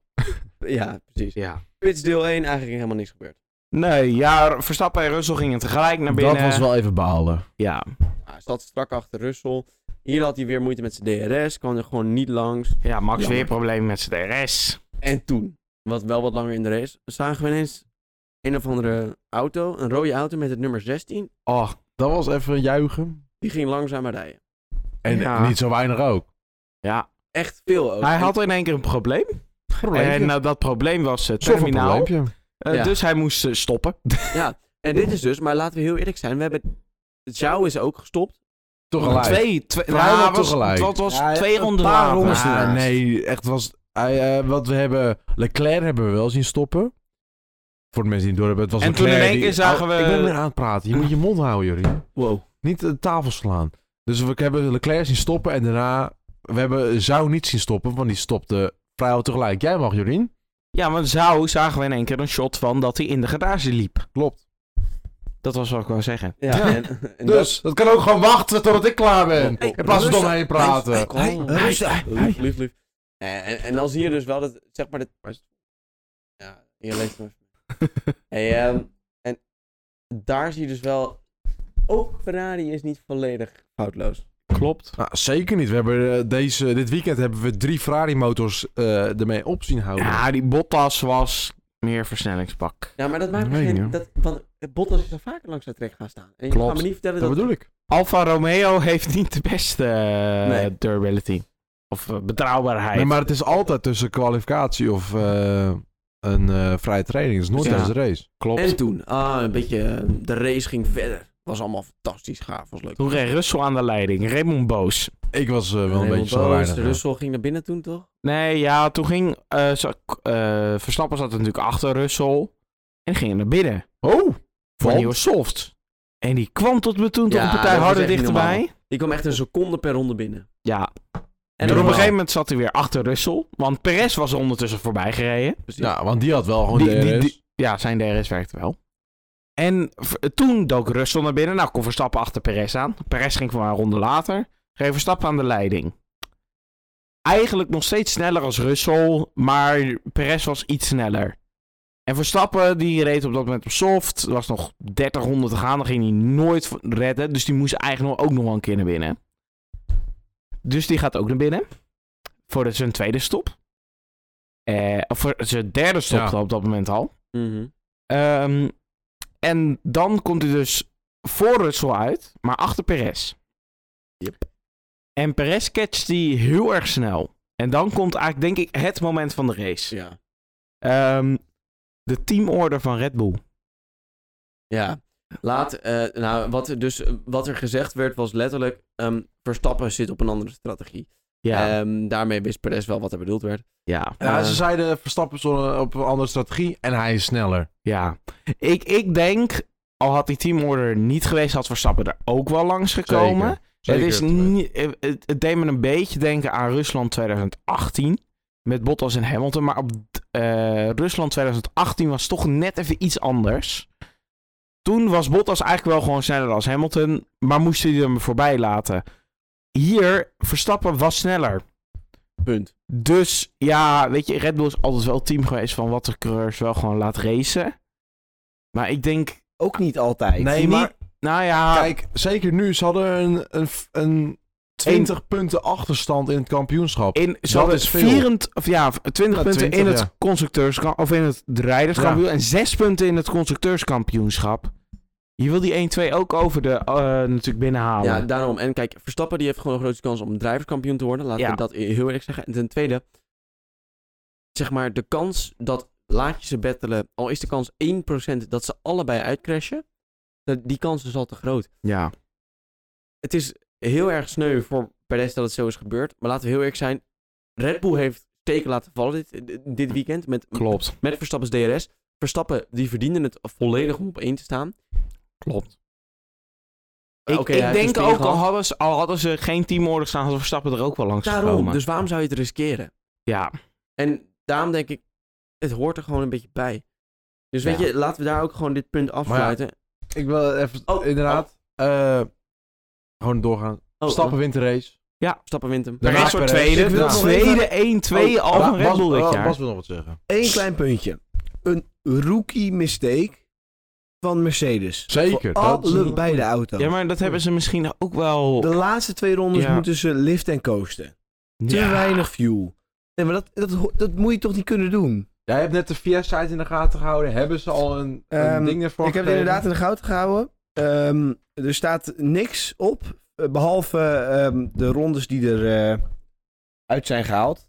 A: Ja, precies.
C: Ja.
A: Dit is deel 1, eigenlijk is helemaal niks gebeurd.
C: Nee, ja, Verstappen en Russell gingen tegelijk naar binnen.
B: Dat was wel even balen.
C: Ja,
A: Ah, Hij zat strak achter Russell. Hier had hij weer moeite met zijn DRS, kwam er gewoon niet langs.
C: ja Max
A: Jammer. Oh,
C: weer problemen met zijn DRS.
A: En toen, wat wel wat langer in de race, zagen we ineens een of andere auto, een rode auto met het nummer 16.
B: Oh, dat was even juichen.
A: Die ging langzamer rijden.
B: En
C: Ja.
B: niet zo weinig ook.
C: Ja,
A: Echt veel ook.
C: hij
A: En-
C: had in één keer een probleem. En
B: Probleempje.
C: nou, dat probleem was eh,
B: Zo'n
C: terminaal.
B: probleempje.
C: Eh,
A: Ja.
C: Dus hij moest eh, stoppen.
A: En dit is dus, maar laten we heel eerlijk zijn, we hebben... Zhao is ook gestopt.
B: Tegelijk.
C: Twee, twee,
B: Vrijwel
C: nou, het was,
B: tegelijk.
C: het was- het was
D: Ja,
C: twee
D: een
C: ronden
D: paar
C: later.
D: rondes
B: Ah,
D: ernaast.
B: nee, echt was. Hij, eh, wat we hebben. Leclerc hebben we wel zien stoppen. Voor de mensen die het door hebben, het was
C: En toen
B: Leclerc.
C: in één
B: die-
C: keer zagen
B: Oh,
C: we-
B: Ik ben weer aan het praten. Je moet je mond houden, jullie.
A: Wow.
B: Niet de tafel slaan. Dus we hebben Leclerc zien stoppen en daarna. We hebben Zou niet zien stoppen, want die stopte vrijwel tegelijk. Jij mag, Jorien.
C: Ja, want Zou zagen we in één keer een shot van dat hij in de garage liep.
B: Klopt.
C: Dat was wat ik wou zeggen.
A: Ja, en, en
B: Dus dat kan ook gewoon wachten totdat ik klaar ben.
A: Hey,
B: in plaats van
A: rustig.
B: omheen praten.
A: dat-
D: Hey,
A: Hey,
D: rustig.
A: Lief, lief, lief. En, en, en dan zie je dus wel dat, zeg maar, dat... Ja, je leest maar. Hey, ehm, en daar zie je dus wel, ook Ferrari is niet volledig foutloos.
C: Klopt.
B: Nou, zeker niet. We hebben, eh, deze, dit weekend hebben we drie Ferrari-motors eh ermee op zien houden.
C: Ja, die Bottas was meer versnellingspak.
A: Ja, maar dat maakt
B: Weet
A: geen...
B: niet, hoor.
A: dat, want Bottas is er vaker langs het trek gaan staan. En je
B: Klopt.
A: gaat me niet vertellen
B: dat
A: dat...
B: bedoel ik.
C: Alfa Romeo *laughs* heeft niet de beste eh,
A: Nee.
C: durability. Of eh, betrouwbaarheid.
B: Nee, maar het is altijd tussen kwalificatie of eh, een eh, vrije training. Het is nooit
C: Ja.
B: tijdens de race.
C: Klopt.
A: En toen, ah, een beetje, eh, de race ging verder. Was allemaal fantastisch gaaf, was leuk.
C: Toen reed Russell aan de leiding. Raymond Boos.
B: Ik was eh, wel een
A: Raymond
B: beetje zo
A: Boos,
B: weinig.
C: dus
A: Russell ging naar binnen toen, toch?
C: Nee, ja, toen ging... eh, zo- eh, Verstappen zat natuurlijk achter Russell. En ging naar binnen.
B: Oh!
C: Voor
B: Want?
C: nieuwe soft. En die kwam tot me toen toch
A: Ja,
C: een partij
A: dat was
C: harder
A: echt niet
C: dichterbij.
A: normaal. Die kwam echt een seconde per ronde binnen.
C: Ja.
A: En
C: En op een
B: normaal.
C: gegeven moment zat hij weer achter Russell. Want Perez was er ondertussen voorbij gereden.
A: Precies.
B: Ja, want die had wel gewoon
C: Die-
B: DRS.
C: die- die- Ja, zijn DRS werkte wel. En v- toen dook Russell naar binnen. Nou, kon Verstappen achter Perez aan. Perez ging voor een ronde later. Geef Verstappen aan de leiding. Eigenlijk nog steeds sneller als Russell. Maar Perez was iets sneller. En Verstappen, die reed op dat moment op soft. Er was nog 3000 te gaan. Dan ging hij nooit v- redden. Dus die moest eigenlijk nog- ook nog wel een keer naar binnen. Dus die gaat ook naar binnen. Voor de- zijn tweede stop. Eh, of voor zijn derde stop
B: Ja.
C: op dat moment al.
A: Mhm.
C: Ehm, en dan komt hij dus voor Russell uit, maar achter Perez.
A: Yep.
C: En Perez catcht die heel erg snel. En dan komt eigenlijk, denk ik, het moment van de race.
A: Ja.
C: Ehm, de teamorder van Red Bull.
A: Ja, laat, eh, nou, wat, er dus, wat er gezegd werd was letterlijk, ehm, Verstappen zit op een andere strategie.
B: Eh,
A: Ehm, daarmee wist Perez wel wat er bedoeld werd.
C: ja.
B: Ja,
A: Eh,
B: ze zeiden Verstappen stond op een andere strategie en hij is sneller.
C: Ja, ik, ik denk, al had die teamorder niet geweest, had Verstappen er ook wel langs gekomen.
B: Zeker.
C: het, is niet, het, het deed me een beetje denken aan Rusland 2018 met Bottas en Hamilton. Maar op eh, Rusland 2018 was toch net even iets anders. Toen was Bottas eigenlijk wel gewoon sneller dan Hamilton, maar moest hij hem voorbij laten. hier, Verstappen was sneller.
A: Punt.
C: Dus ja, weet je, Red Bull is altijd wel het team geweest van wat de coureurs wel gewoon laat racen. Maar ik denk,
D: Ook niet altijd.
B: Nee,
C: niet-
B: maar
C: nou ja,
B: kijk, zeker nu. Ze hadden een, een, een 20 punten achterstand in het kampioenschap.
C: in, ze
B: dat
C: hadden
B: is veel.
C: 24 of ja, 20 punten
B: 20,
C: in het
B: ja.
C: constructeurs of in het rijderskampioen en 6 punten in het constructeurskampioenschap. Je wil die 1-2 ook over de eh, natuurlijk binnenhalen.
A: Ja, daarom. En kijk, Verstappen die heeft gewoon een grote kans om drijverskampioen te worden. Laat
C: Ja.
A: ik dat heel eerlijk zeggen. En ten tweede, zeg maar, de kans dat laat je ze battelen, al is de kans 1% dat ze allebei uitcrashen, dat- die kans is al te groot.
C: ja.
A: Het is heel erg sneu voor Perez dat het zo is gebeurd. Maar laten we heel eerlijk zijn, Red Bull heeft steken laten vallen dit, dit weekend met,
C: klopt.
A: met Verstappen's DRS. Verstappen, die verdienden het volledig om op één te staan.
C: Klopt.
A: Eh,
C: Ik,
A: oké,
C: ik
A: hij heeft een
C: denk
A: spin
C: ook,
A: gehad.
C: al hadden, ze, al hadden ze geen teamorder staan, hadden ze Verstappen er ook wel langs
A: Daarom,
C: gekomen.
A: dus waarom zou je het riskeren?
C: Ja,
A: En daarom denk ik, het hoort er gewoon een beetje bij. Dus weet
C: Ja.
A: je, laten we daar ook gewoon dit punt afsluiten.
B: Ik wil even,
A: Oh,
B: inderdaad, eh, gewoon doorgaan.
A: Oh,
B: Stappen wint de race.
A: Stappen wint hem.
B: Ja.
C: daar is voor tweede.
D: Ik wil nog
C: Tweede 1-2 al van
B: Bas-
C: Red Bull dit
B: Bas-
C: jaar.
B: Oh, Bas wil nog wat zeggen.
D: Eén klein puntje. Een rookie mistake van Mercedes.
B: Zeker.
D: Voor
B: dat is een-
D: allebei de auto's.
C: Ja, maar dat hebben ze misschien ook wel...
D: De laatste twee rondes
C: Ja.
D: moeten ze lift en coasten. Te
C: Ja.
D: weinig fuel. Nee, maar dat, dat, ho- dat moet je toch niet kunnen doen?
B: Jij hebt net de VS-site in de gaten gehouden. Hebben ze al een, een
D: Ehm,
B: ding ervoor
D: ik heb het
B: gegeven?
D: inderdaad in de goud gehouden. Ehm, er staat niks op, eh, behalve ehm, de rondes die er eh, uit zijn gehaald.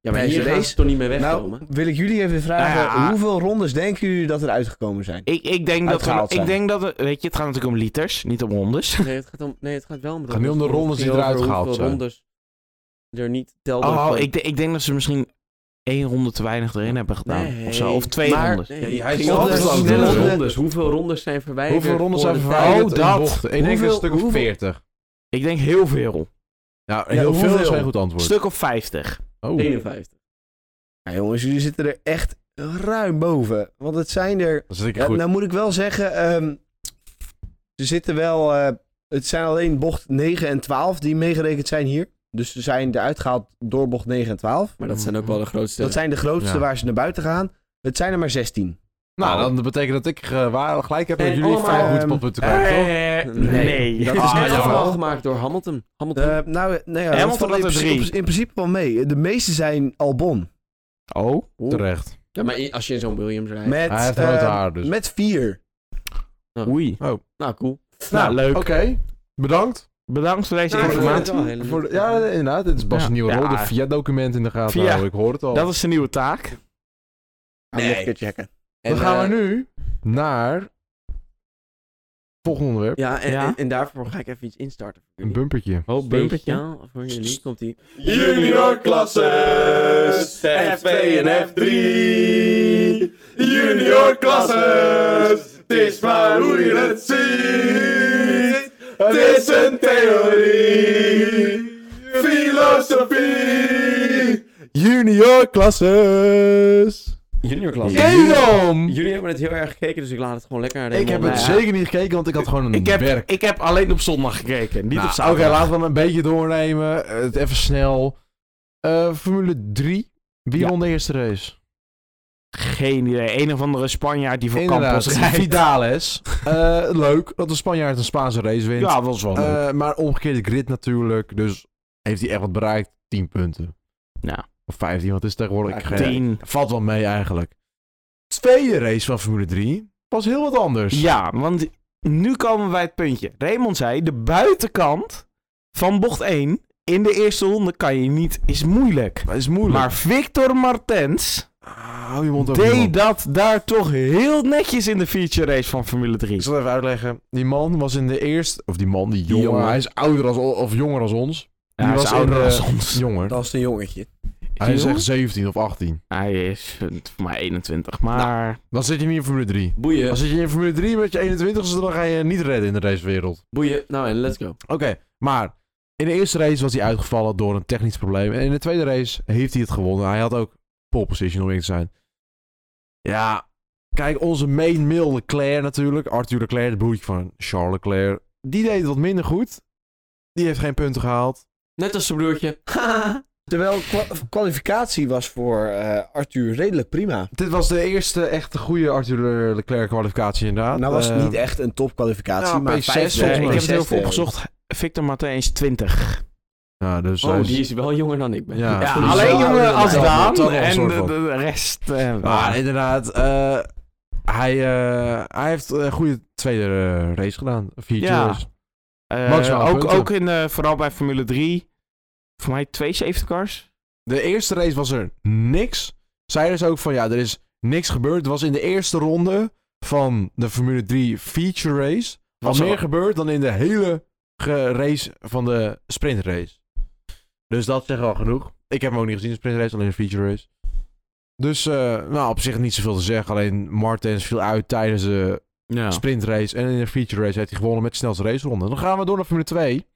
A: Ja, maar
D: Nee,
A: hier
D: ze
A: gaan
D: race-
A: ze toch niet meer
D: Nou,
A: wegkomen?
D: wil ik jullie even vragen,
C: Nou ja.
D: hoeveel rondes denken jullie dat er uitgekomen zijn?
C: Ik, ik denk dat we,
D: Uitgehaald
C: ik
D: zijn.
C: denk dat we, weet je, het gaat natuurlijk om liters, niet om rondes.
A: nee, het gaat om, nee, het gaat wel om de
B: gaat niet om de rondes die eruit gehaald
A: hoeveel
B: zijn.
A: rondes er niet telden.
C: Oh,
A: voor-
C: ik, de- ik denk dat ze misschien één ronde te weinig erin hebben gedaan.
A: Nee.
C: Nou, Of zo, of twee
A: Maar-
C: rondes.
A: nee,
B: Ja, die-
A: het
B: hij
A: ging
D: is
A: om de
D: opgesloten.
A: snelle
D: Hoeveel-
A: rondes. Hoeveel rondes zijn verwijderd?
B: Hoeveel rondes
A: voor
B: zijn
A: de
B: verwijderd
C: Oh,
B: in
C: dat.
B: bochten? Ik denk een
C: Hoeveel-
B: stuk of
C: hoeveel-
B: 40.
C: Ik denk heel veel.
B: Ja, heel veel
D: hoeveel?
B: is geen goed antwoord.
C: Stuk of 50.
B: Oh.
A: 51.
D: Nou, jongens, jullie zitten er echt ruim boven. Want het zijn er
B: Dat zit ik
D: Ja,
B: goed.
D: nou moet ik wel zeggen, ehm, ze zitten wel. eh, het zijn alleen bocht 9 en 12 die meegerekend zijn hier. Dus ze zijn eruit gehaald door bocht 9 en 12.
A: Maar dat zijn ook wel de grootste.
D: Dat zijn de grootste
B: Ja.
D: waar ze naar buiten gaan. Het zijn er maar 16.
B: Nou, dan betekent dat ik eh, waar, gelijk heb
A: En
B: dat jullie
A: allemaal,
B: vijf goed
D: ehm,
B: op punten komen, toch?
C: Eh,
A: Nee.
C: nee. *laughs*
A: Dat is
C: Ah,
A: net
C: ja.
A: allemaal gemaakt door Hamilton. Hamilton.
D: Eh, nou, nou ja,
C: Hamilton
D: dat valt
C: had
D: in,
C: er
D: principe-
C: drie.
D: in principe wel mee. De meeste zijn Albon.
C: Oh.
B: Terecht.
A: ja, maar i- als je in zo'n Williams rijdt.
D: Met,
B: Hij heeft rood
D: ehm,
B: haar, dus.
D: Met 4.
C: Oei.
A: Nou, cool.
C: Nou, leuk.
B: Oké, bedankt.
C: Bedankt voor deze
A: Nou, ik vond
C: informatie.
A: het wel heel
B: Voor de-
A: leuk.
B: ja, inderdaad. Dit is Bas'
C: Ja.
B: nieuwe
C: Ja.
B: rol. De VIA-document in de gaten
C: VIA.
B: houden. Ik hoor het al.
C: Dat is de nieuwe taak.
A: Nee.
D: Even checken.
B: Dan
A: En,
B: gaan
A: eh,
B: we nu naar... Volgende onderwerp.
A: Ja, en,
C: Ja.
A: en, en daarvoor ga ik even iets instarten. voor
B: Een
A: jullie.
B: bumpertje.
C: Oh, bumpertje.
A: Speciaal voor jullie komt die.
E: Junior klasses, F2 en F3. Junior klasses, het is maar hoe je het ziet. Het is een theorie, filosofie.
B: Junior klasses.
A: Junior klas.
B: Enorm!
A: Jullie hebben het heel erg gekeken, dus ik laat het gewoon lekker naar de
B: Ik heb
A: man.
B: het
A: Ja.
B: zeker niet gekeken, want ik had gewoon een
C: Ik heb,
B: werk.
C: ik heb alleen op zondag gekeken, niet
B: Nou,
C: op
B: Oké,
C: zaterdag.
B: laten we hem een beetje doornemen. Eh, Het even snel. Eh, Formule 3. Wie
C: Ja.
B: won de eerste race?
C: Geen idee. Een of andere Spanjaard die voor Campos
B: *laughs*
C: rijdt.
B: Vidales. Eh, leuk dat een Spanjaard een Spaanse race wint.
C: Ja, dat is wel leuk.
B: Eh, maar omgekeerde grid natuurlijk. Dus heeft hij echt wat bereikt? 10 punten.
C: Ja.
B: Of 15, want het is tegenwoordig.
A: Ja,
B: geen-
C: Tien.
B: Valt wel mee eigenlijk. Tweede race van Formule 3 was heel wat anders.
C: Ja, want nu komen we bij het puntje. Raymond zei, de buitenkant van bocht 1 in de eerste ronde kan je niet, is moeilijk.
B: Maar het is moeilijk.
C: Maar Victor Martens
B: Ah, hou je mond over. je mond.
C: deed dat daar toch heel netjes in de feature race van Formule 3.
B: Ik zal even uitleggen. Die man was in de eerste... Of die man, die jongen.
C: jongen.
B: Hij is ouder als, o- of jonger als ons.
C: Ja, hij
B: die
C: is
B: was
C: ouder
B: in, eh,
C: dan ons.
B: Jonger.
D: Dat is een jongetje.
B: Hij is
C: Joh?
B: echt 17 of 18.
C: Hij is eh, voor mij 21, maar...
B: Dan zit je niet in Formule 3. Dan
A: Boeien,
B: zit je in Formule 3 met je 21ste, dan ga je niet redden in de racewereld.
A: boeien. Nou en let's go.
B: Oké, maar in de eerste race was hij uitgevallen door een technisch probleem. En in de tweede race heeft hij het gewonnen. Hij had ook pole position om in te zijn. Ja, kijk, onze main male Leclerc natuurlijk. Arthur Leclerc, de broertje van Charles Leclerc. Die deed het wat minder goed. Die heeft geen punten gehaald.
F: Net als zijn broertje.
D: Terwijl kwa- kwalificatie was voor eh, Arthur redelijk prima.
B: Dit was de eerste echte goede Arthur Leclerc kwalificatie inderdaad.
D: Nou was het
B: Eh,
D: niet echt een topkwalificatie,
B: nou,
D: maar
B: P6
D: vijfde.
B: volgens
C: Eh,
B: mij.
C: ik heb het
D: P6
C: heel veel
D: derde.
C: opgezocht. Victor Martens 20.
B: Ja, dus hij
F: Oh,
B: is-
F: die is wel jonger dan ik ben.
B: Ja. dus
C: Ja,
B: sorry.
C: alleen
B: Zo,
C: jongen
B: inderdaad.
C: als
B: Dat
C: Daan
B: wordt dan wel een
C: en de,
B: soort van.
C: de- de rest. eh,
B: Maar
C: ah,
B: inderdaad, eh, hij, eh, hij heeft een goede tweede eh, race gedaan. Vier
C: Ja.
B: tours.
C: eh,
B: maximaal
C: ook,
B: punten.
C: ook in, eh, vooral bij Formule 3. Voor mij twee safety cars.
B: De eerste race was er niks. Zeiden ze ook van ja, er is niks gebeurd. Het was in de eerste ronde van de Formule 3 feature race. Was
C: Was
B: meer
C: er-
B: gebeurd dan in de hele ge- race van de sprintrace. Dus dat zegt wel genoeg. Ik heb hem ook niet gezien, de sprintrace, alleen de feature race. Dus eh, nou, op zich niet zoveel te zeggen. Alleen Martens viel uit tijdens de
F: Ja.
B: sprintrace. En in de feature race heeft hij gewonnen met de snelste raceronde. Dan gaan we door naar Formule 2.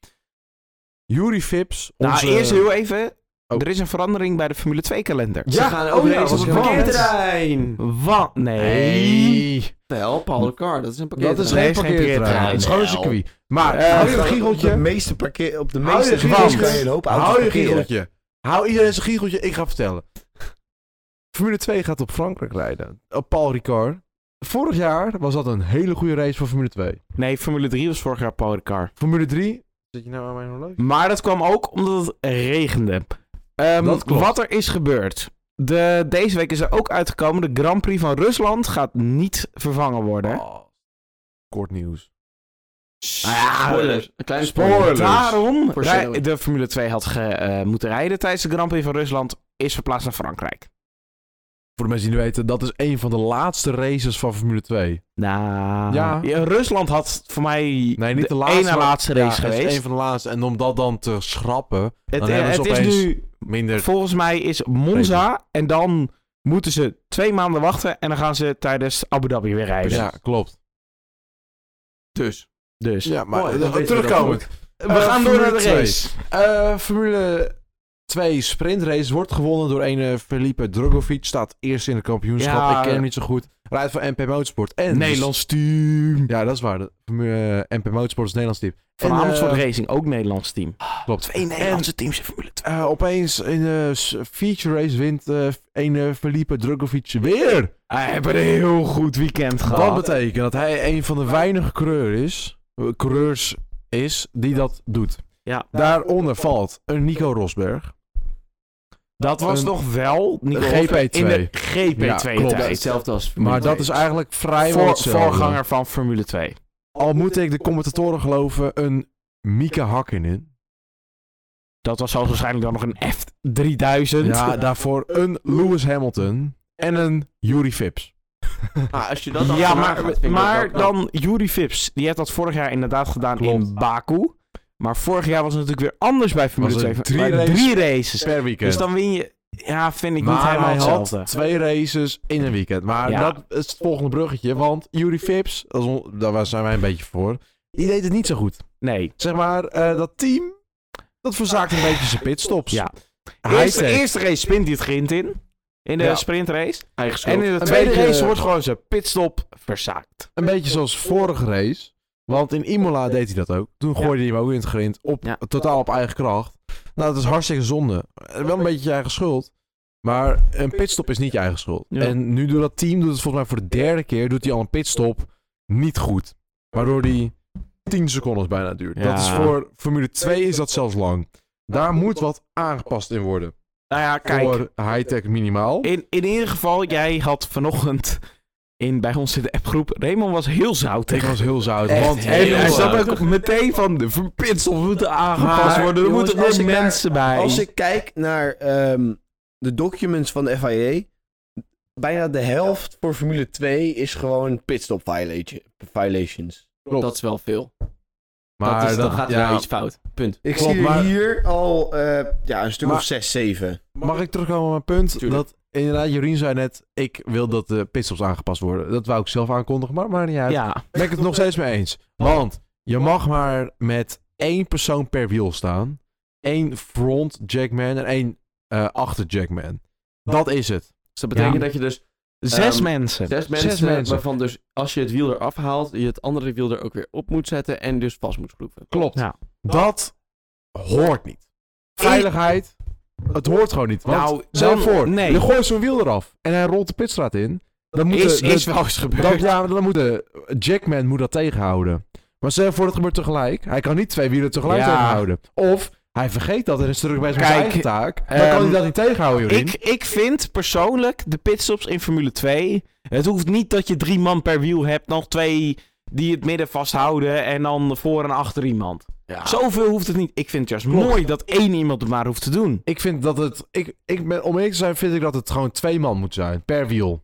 B: Jury Phipps.
C: Nou,
B: onze-
C: eerst heel even.
B: Oh.
C: Er is een verandering bij de Formule 2 kalender.
F: Ze gaan ook
B: dat
F: race
B: was
F: op een
B: wel.
F: parkeerterrein.
C: Wat? Nee.
B: Hey.
F: Wel, Paul de Car, dat is een
B: Dat is
F: parkeerterrein.
B: geen
C: geen
B: parkeerterrein.
C: parkeerterrein.
B: Het is gewoon een circuit. Maar
D: Eh,
B: hou je
D: op
B: een
D: De
B: giegeltje.
D: meeste parkeer, op de
B: Hou je
D: meeste
B: een
D: gevallen
B: giegeltje.
D: kan je een hoop auto's
B: Hou je
D: parkeren.
B: giegeltje. Hou iedereen zijn giegeltje. Ik ga vertellen. Formule 2 gaat op Frankrijk rijden. Op Paul Ricard. Vorig jaar was dat een hele goede race voor Formule 2.
C: Nee, Formule 3 was vorig jaar Paul Ricard.
B: Formule 3. Zit je nou aan mijn horloge?
C: Maar dat kwam ook omdat het regende. Ehm,
B: Dat klopt.
C: Wat er is gebeurd. De, deze week is er ook uitgekomen. De Grand Prix van Rusland gaat niet vervangen worden.
B: Oh, Kort nieuws.
C: Nou ja,
F: Spoiler.
D: eh,
F: Een kleine
B: Spoiler.
F: spoiler.
C: Daarom,
F: Voor
C: rij-
F: Sally.
C: de Formule 2 had ge, eh, moeten rijden tijdens de Grand Prix van Rusland, is verplaatst naar Frankrijk.
B: Voor de mensen die niet weten, dat is een van de laatste races van Formule 2.
C: Nou,
B: Ja.
C: Rusland had voor mij
B: Nee, niet de, laatste.
C: ene na
B: maar-
C: laatste
B: Ja,
C: race
B: het is
C: geweest.
B: een van de laatste. En om dat dan te schrappen,
C: Het,
B: Dan
C: eh,
B: hebben ze
C: het is
B: opeens-
C: nu,
B: minder
C: volgens mij is Monza en dan moeten ze twee maanden wachten en dan gaan ze tijdens Abu Dhabi weer rijden.
B: Ja, klopt.
F: Dus.
C: Dus
B: Ja,
F: Mooi,
B: maar
F: dan weten we dat
B: terugkomend.
C: we
B: Eh,
C: gaan door
B: Formule
C: naar de
B: 2.
C: race.
B: Eh, Formule 2 sprintrace wordt gewonnen door een eh, Felipe Drogovic. Staat eerst in het kampioenschap.
C: Ja.
B: Ik ken hem niet zo goed. Rijdt voor MP Motorsport. En dus
C: Nederlands team.
B: Ja, dat is waar. De Formule eh, MP Motorsport is Nederlands team.
C: Van
B: En,
C: Amersfoort
B: eh,
C: Racing, ook Nederlands team.
B: Klopt.
C: Nederlandse teams in Formule 2.
B: Eh, opeens in de s- feature race wint eh, een eh, Felipe Drogovic weer.
C: Hij heeft een heel goed weekend gehad.
B: Dat betekent dat hij een van de weinige coureur is, eh, coureurs is die dat doet.
C: Ja.
B: Daaronder valt een Nico Rosberg.
C: Dat was
B: Een-
C: nog wel Nico
B: een
C: Rosberg
B: GP2.
C: in de
B: Ja,
C: GP2
B: klopt.
F: Ja,
C: tijd.
F: hetzelfde als Formule
B: Maar dat
F: 2.
B: is eigenlijk vrijwel
C: Voor,
B: hetzelfde.
C: voorganger van Formule 2.
B: Al moet ik de commentatoren geloven, een Mika Hakkinen.
C: Dat was hoogstwaarschijnlijk dan nog een F3000.
B: Ja, daarvoor een Lewis Hamilton en een Yuri Vips.
F: Ah, als je dat dan
C: Ja,
F: achterna
C: maar,
F: gaat, vind ik
C: maar
F: dat wel knap.
C: dan Yuri Vips. Die heeft dat vorig jaar inderdaad gedaan
B: Klopt.
C: in Baku. Maar vorig jaar was het natuurlijk weer anders bij Formule
B: Was het
C: 2. Bij
B: drie
C: Drie,
B: races?
C: races.
B: Per weekend.
C: Dus dan win je... Ja, vind ik niet
B: maar
C: helemaal
B: hij had
C: hetzelfde.
B: twee races in een weekend. Maar
C: Ja.
B: dat is het volgende bruggetje. Want Yuri Vips, dat is on- daar zijn wij een beetje voor. Die deed het niet zo goed.
C: Nee.
B: Zeg maar, eh, dat team, dat verzaakt een beetje zijn pitstops.
C: Ja.
B: Hij
C: eerste,
B: zegt-
C: eerste race spint hij het grind in. In de
B: Ja.
C: sprintrace.
F: Eigen schuld.
C: En in de
B: Een
C: tweede
B: beetje-
C: race wordt gewoon zijn pitstop verzaakt.
B: Een beetje zoals vorige race. Want in Imola deed hij dat ook. Toen gooide hij hem ook in het grind. Op,
F: Ja.
B: Totaal op eigen kracht. Nou, dat is hartstikke zonde. Eh, Wel een beetje je eigen schuld. Maar een pitstop is niet je eigen schuld.
C: Ja.
B: En nu doet dat team, doet het volgens mij voor de derde keer, doet hij al een pitstop niet goed. Waardoor die 10 seconden bijna duurt.
C: Ja.
B: Dat is voor Formule 2 is dat zelfs lang. Daar moet wat aangepast in worden.
C: Nou ja, kijk.
B: Voor high-tech minimaal.
C: In, in ieder geval, jij had vanochtend in, bij ons in de appgroep... Raymond was heel
B: Ik
C: zoutig.
B: was heel zout.
F: Echt
B: want
F: heel
C: En hij
F: zoutig.
C: zat ook meteen van... De verpitstops moeten aangepast
D: Maar,
C: worden. Er
D: jongens,
C: moeten
D: als
C: meer
D: ik daar-
C: mensen bij.
D: Als ik kijk naar ehm, de documents van de FIA, bijna de helft voor Formule 2 is gewoon pitstop violati- violations.
F: dat is wel veel.
B: Maar
F: dat is, dan gaat er
B: ja,
F: wel iets fout. Punt.
D: Ik
B: Klopt,
D: zie er
B: maar-
D: hier al eh, ja, een stuk
B: Maar-
D: of 6, 7.
B: Mag ik terugkomen op mijn punt?
F: Tuurlijk.
B: Dat inderdaad, Jorien zei net, ik wil dat de pitstops aangepast worden. Dat wou ik zelf aankondigen, maar maar niet uit.
C: ja.
B: Ben ik het nog steeds mee eens. Want je mag maar met één persoon per wiel staan. Eén front jackman en één eh, achter jackman. Dat is het.
F: Dus dat betekent
C: Ja.
F: dat je dus
C: Zes
F: Ehm,
C: mensen.
F: zes mensen,
B: mensen.
F: waarvan dus als je het wiel eraf haalt, je het andere wiel er ook weer op moet zetten en dus vast moet schroeven.
B: Klopt.
C: Ja.
B: Dat hoort niet. Veiligheid, het hoort gewoon niet. Want,
C: Nou,
B: stel
C: dan-
B: voor,
C: nee.
B: je gooit zo'n wiel eraf en hij rolt de pitstraat in. Dan moeten,
C: Is,
B: dat-
C: is wel eens
B: dat,
C: gebeurd.
B: ja, dan moet de- Jackman moet dat tegenhouden. Maar stel voor, dat gebeurt tegelijk. Hij kan niet twee wielen tegelijk
C: Ja.
B: tegenhouden. Of hij vergeet dat en is terug bij zijn
C: Kijk,
B: eigen taak. Dan kan
C: ehm,
B: hij dat niet tegenhouden, Jorien.
C: Ik, ik vind persoonlijk de pitstops in Formule 2. Het hoeft niet dat je drie man per wiel hebt, nog twee die het midden vasthouden en dan voor en achter iemand.
F: Ja.
C: Zoveel hoeft het niet. Ik vind het juist
B: Klopt.
C: mooi dat één iemand het maar hoeft te doen.
B: Ik vind dat het... Ik, ik ben, om eerlijk te zijn vind ik dat het gewoon twee man moet zijn. Per wiel.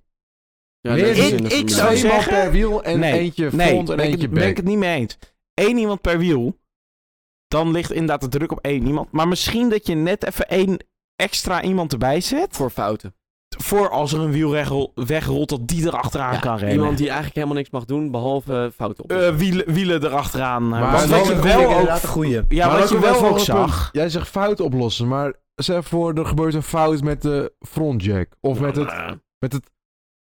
F: Ja,
B: Meer
F: dat is
B: ik-
F: in de
C: ik
F: familie.
C: zou
B: Twee man
C: zeggen-
B: per wiel en
C: Nee,
B: eentje
C: nee,
B: front en
C: ben ik
B: eentje
C: het- ben ik
B: back.
C: het niet mee eens. Eén iemand per wiel, dan ligt inderdaad de druk op één iemand. Maar misschien dat je net even één extra iemand erbij zet.
F: Voor fouten.
C: Voor als er een wiel wegrol- wegrolt, dat die erachteraan
F: Ja,
C: kan rennen.
F: Iemand die eigenlijk helemaal niks mag doen, behalve eh, fouten op.
C: Eh, wielen, wielen erachteraan.
B: Maar
C: want
B: dan
C: wat je
B: vind
C: wel ook...
D: inderdaad een goeie.
C: Ja,
B: Maar
C: wat
B: dan komen we
C: je wel ook
B: even op een
C: zag...
B: Jij zegt fout oplossen, maar stel voor, er gebeurt een fout met de frontjack. Of met het, met het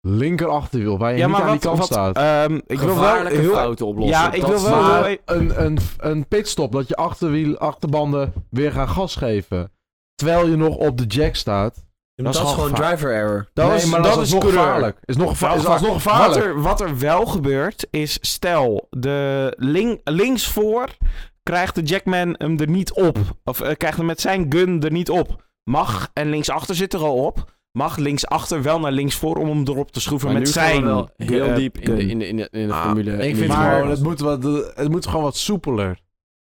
B: linkerachterwiel, waar je
C: Ja,
B: niet
C: maar
B: aan
C: wat...
B: die kant
C: wat
B: staat.
C: ehm, ik wil wel
F: Gevaarlijke
C: heel...
F: fouten oplossen.
C: Ja, ik
F: Dat
C: wil
F: is
C: wel-
F: waar.
B: Maar een, een, een pitstop, dat je achterwiel, achterbanden weer gaan gas geven. Terwijl je nog op de jack staat.
D: dat, is gewoon
B: gevaar.
D: driver error.
B: Dat
C: Nee,
B: is,
C: maar
B: dat
C: dat
B: is
C: is
B: nog
C: coureur.
B: gevaarlijk. Is nog gevaarlijk. Is nog
C: Wat
B: gevaarlijk.
C: er, wat er wel gebeurt, is stel, de link, linksvoor krijgt de Jackman hem er niet op. Of eh, krijgt hem met zijn gun er niet op. Mag, en linksachter zit er al op, mag linksachter wel naar linksvoor om hem erop te schroeven
F: Maar
C: met
F: nu gaan we
C: zijn
F: wel heel
C: eh,
F: diep in de,
C: gun.
F: in de, in de, in de
B: Ah,
F: formule. in
B: ik
F: de
B: vind
F: formule.
B: gewoon, het moet, wat, het moet gewoon wat soepeler.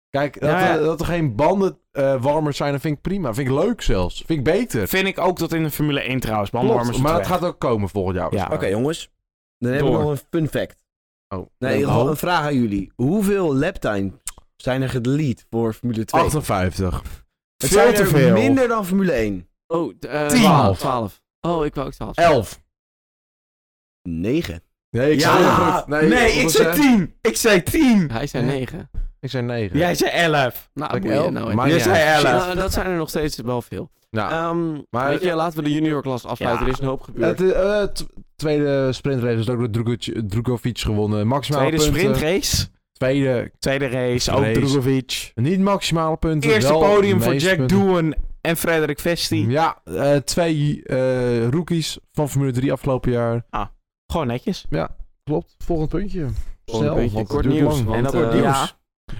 B: Kijk, dat,
C: Ja, ja.
B: Er, dat er geen banden eh, warmer zijn, dat vind ik prima. Vind ik leuk zelfs. Vind ik beter.
C: Vind ik ook dat in de Formule 1 trouwens,
B: Klopt,
C: bandenwarmers
B: maar dat
C: het weg.
B: gaat ook komen volgend jaar.
C: Ja.
D: Oké, jongens. Dan hebben we
C: Door.
D: nog een fun fact.
B: Oh,
D: Nee,
B: dan-
D: gewoon een vraag aan jullie. Hoeveel laptimes zijn er gedelete voor Formule 2?
B: Oh, 58.
D: het zijn
C: veel
D: er
C: te veel.
D: minder dan Formule 1.
F: Oh, t- eh,
B: Tien.
F: 12. 12. Oh, ik wou ook 12.
B: 11.
D: 9.
B: Nee, ik
C: Ja,
B: zei heel goed.
C: nee, ik zei 10. Ik zei 10.
F: Hij zei 9.
B: Ik zei 9.
C: Jij zei 11.
F: Nou,
B: Ik
F: moet je
B: elf.
F: nou
B: Maar
C: Jij
B: niet
C: zei
B: uit.
C: 11.
F: Nou, dat zijn er nog steeds wel veel.
B: Nou,
F: Ehm,
B: maar-
F: weet je, laten we de juniorklas afsluiten.
C: Ja.
F: Er is een hoop gebeurd.
B: Het eh, t- tweede sprintrace is ook door Drugovic- Drugovic gewonnen. Maximale
C: Tweede
B: Nou, punten.
C: sprintrace.
B: Tweede,
C: Tweede race, ook
B: Race.
C: Drugovic.
B: niet maximale punten.
C: Eerste
B: wel
C: podium
B: de
C: voor
B: meeste
C: Jack
B: punten.
C: Doohan en Frederik Vesti.
B: Ja, eh, twee eh, rookies van Formule 3 afgelopen jaar.
C: Gewoon netjes.
B: Klopt. Volgend puntje.
F: Gewoon een
B: Snel,
F: beetje
B: want Oh, het
F: kort
B: duurt
F: nieuws.
B: lang.
F: want,
C: en dat wordt
F: eh,
C: nieuws.
F: ja.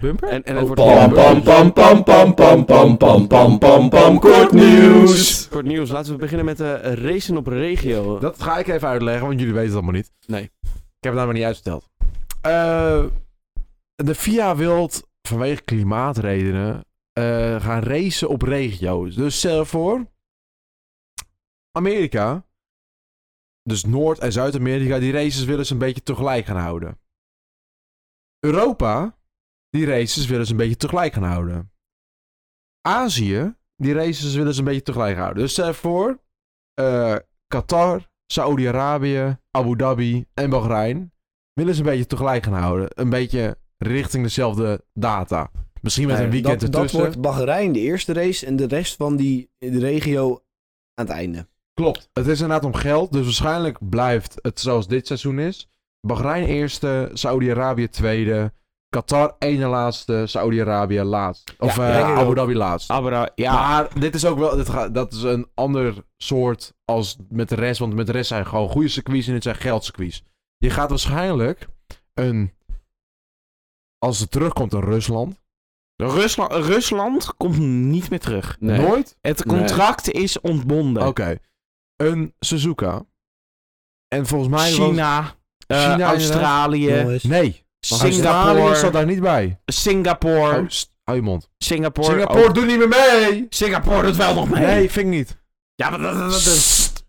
C: Bumper?
F: En,
D: Oh,
F: en het wordt
E: Pam pam pam pam pam pam pam pam pam pam pam kort nieuws.
F: kort nieuws. Laten we beginnen met eh racen op regio.
B: Dat ga ik even uitleggen, want jullie weten het allemaal niet.
F: Nee.
B: Ik heb het namelijk niet uitverteld. Eh, de FIA wil vanwege klimaatredenen eh, gaan racen op regio's. Dus stel voor, Amerika, dus Noord- en Zuid-Amerika, die races willen ze een beetje tegelijk gaan houden. Europa, die races willen ze een beetje tegelijk gaan houden. Azië, die races willen ze een beetje tegelijk houden. Dus stel voor, eh, Qatar, Saoedi-Arabië, Abu Dhabi en Bahrein willen ze een beetje tegelijk gaan houden. Een beetje richting dezelfde data. Misschien met een weekend
D: dat, dat
B: ertussen.
D: wordt Bahrein, de eerste race. En de rest van die de regio aan het einde.
B: Klopt. Het is inderdaad om geld, dus waarschijnlijk blijft het zoals dit seizoen is. Bahrein eerste, Saudi-Arabië tweede, Qatar ene laatste, Saudi-Arabië laatst. Of
C: Ja,
B: eh,
D: denk ik
B: Abu
D: ook.
B: Dhabi laatst.
C: Abra, Ah, eh, ja.
B: Maar dit is ook wel, dit ga- dat is een ander soort als met de rest, want met de rest zijn gewoon goede circuits en dit zijn geldcircuits. Je gaat waarschijnlijk een, als het terugkomt in Rusland,
C: Rusland, Rusland komt niet meer terug.
F: Nee.
B: nooit
C: Het contract is ontbonden.
B: Oké. Een Suzuka. En volgens mij was...
C: China, eh,
B: China inderdaad.
C: Australië,
D: Jongens.
B: Nee. Australië
C: Singapore,
B: zat daar niet bij.
C: Singapore,
B: Oh, st- hou je mond.
C: Singapore.
B: Singapore
C: ook-
B: doet niet meer mee!
C: Singapore doet wel nog mee.
B: Nee, vind ik niet.
C: Ja, maar dat, dat- dat- dat-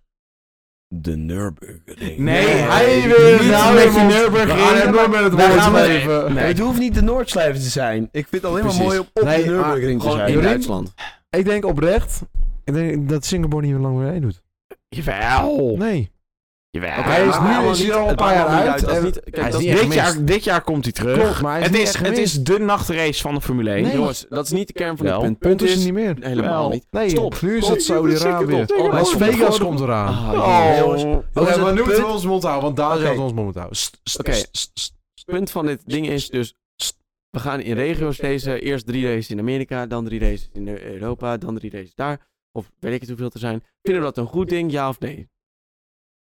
D: De Nürburgring.
C: Nee,
B: Nee,
C: hij
B: niet
C: wil
B: met
C: nou
B: je
C: even
B: We gaan hem
C: Nürburgring.
B: door met het
C: Daar
B: woord
C: gaan we-
B: geven.
C: Nee.
D: Het hoeft niet de Noordslijven te zijn. Ik vind het alleen maar
B: Precies.
D: mooi om op
B: Nee,
D: de Nürburgring te
F: Gewoon
D: zijn.
F: in
B: Jorien?
F: Duitsland.
B: Ik denk oprecht ik denk dat Singapore niet meer lang mee doet.
C: Jawel.
B: Nee.
C: Jawel.
B: Hij is nu is hij er al een paar jaar uit.
F: Dat is
B: en-
F: niet, kijk,
B: Hij is
F: dat,
B: niet echt
C: Dit jaar,
B: gemist.
C: dit jaar komt hij terug.
B: Klopt, maar hij is
C: het,
B: niet
C: is,
B: echt
C: het is
B: gemist.
C: de nachtrace van de Formule 1.
B: Nee.
F: jongens, dat is niet de kern van het
C: Wel.
F: punt.
B: Punt is er
F: niet
B: niet meer.
F: helemaal
C: Wel.
F: niet.
B: Nee,
F: Stop.
B: nu is
F: Stop.
B: het Saudi-Arabië.
F: Stop. Oh,
B: Las
F: stop.
B: Vegas
F: Stop.
B: komt eraan.
F: Ah,
C: Oh.
F: jongens.
B: Oké,
D: Jongens,
B: maar nu
D: het
B: moeten we
D: punt-
B: ons mond houden, want daar
D: Oké.
B: zouden we ons mond moeten houden. St- st-
F: Oké.
B: st- st-
F: Het punt van dit ding is dus...
A: We gaan in regio's deze. Eerst drie races in Amerika, dan drie races in Europa, dan drie races daar. Of weet ik het hoeveel te zijn. Vinden we dat een goed ding, ja of nee?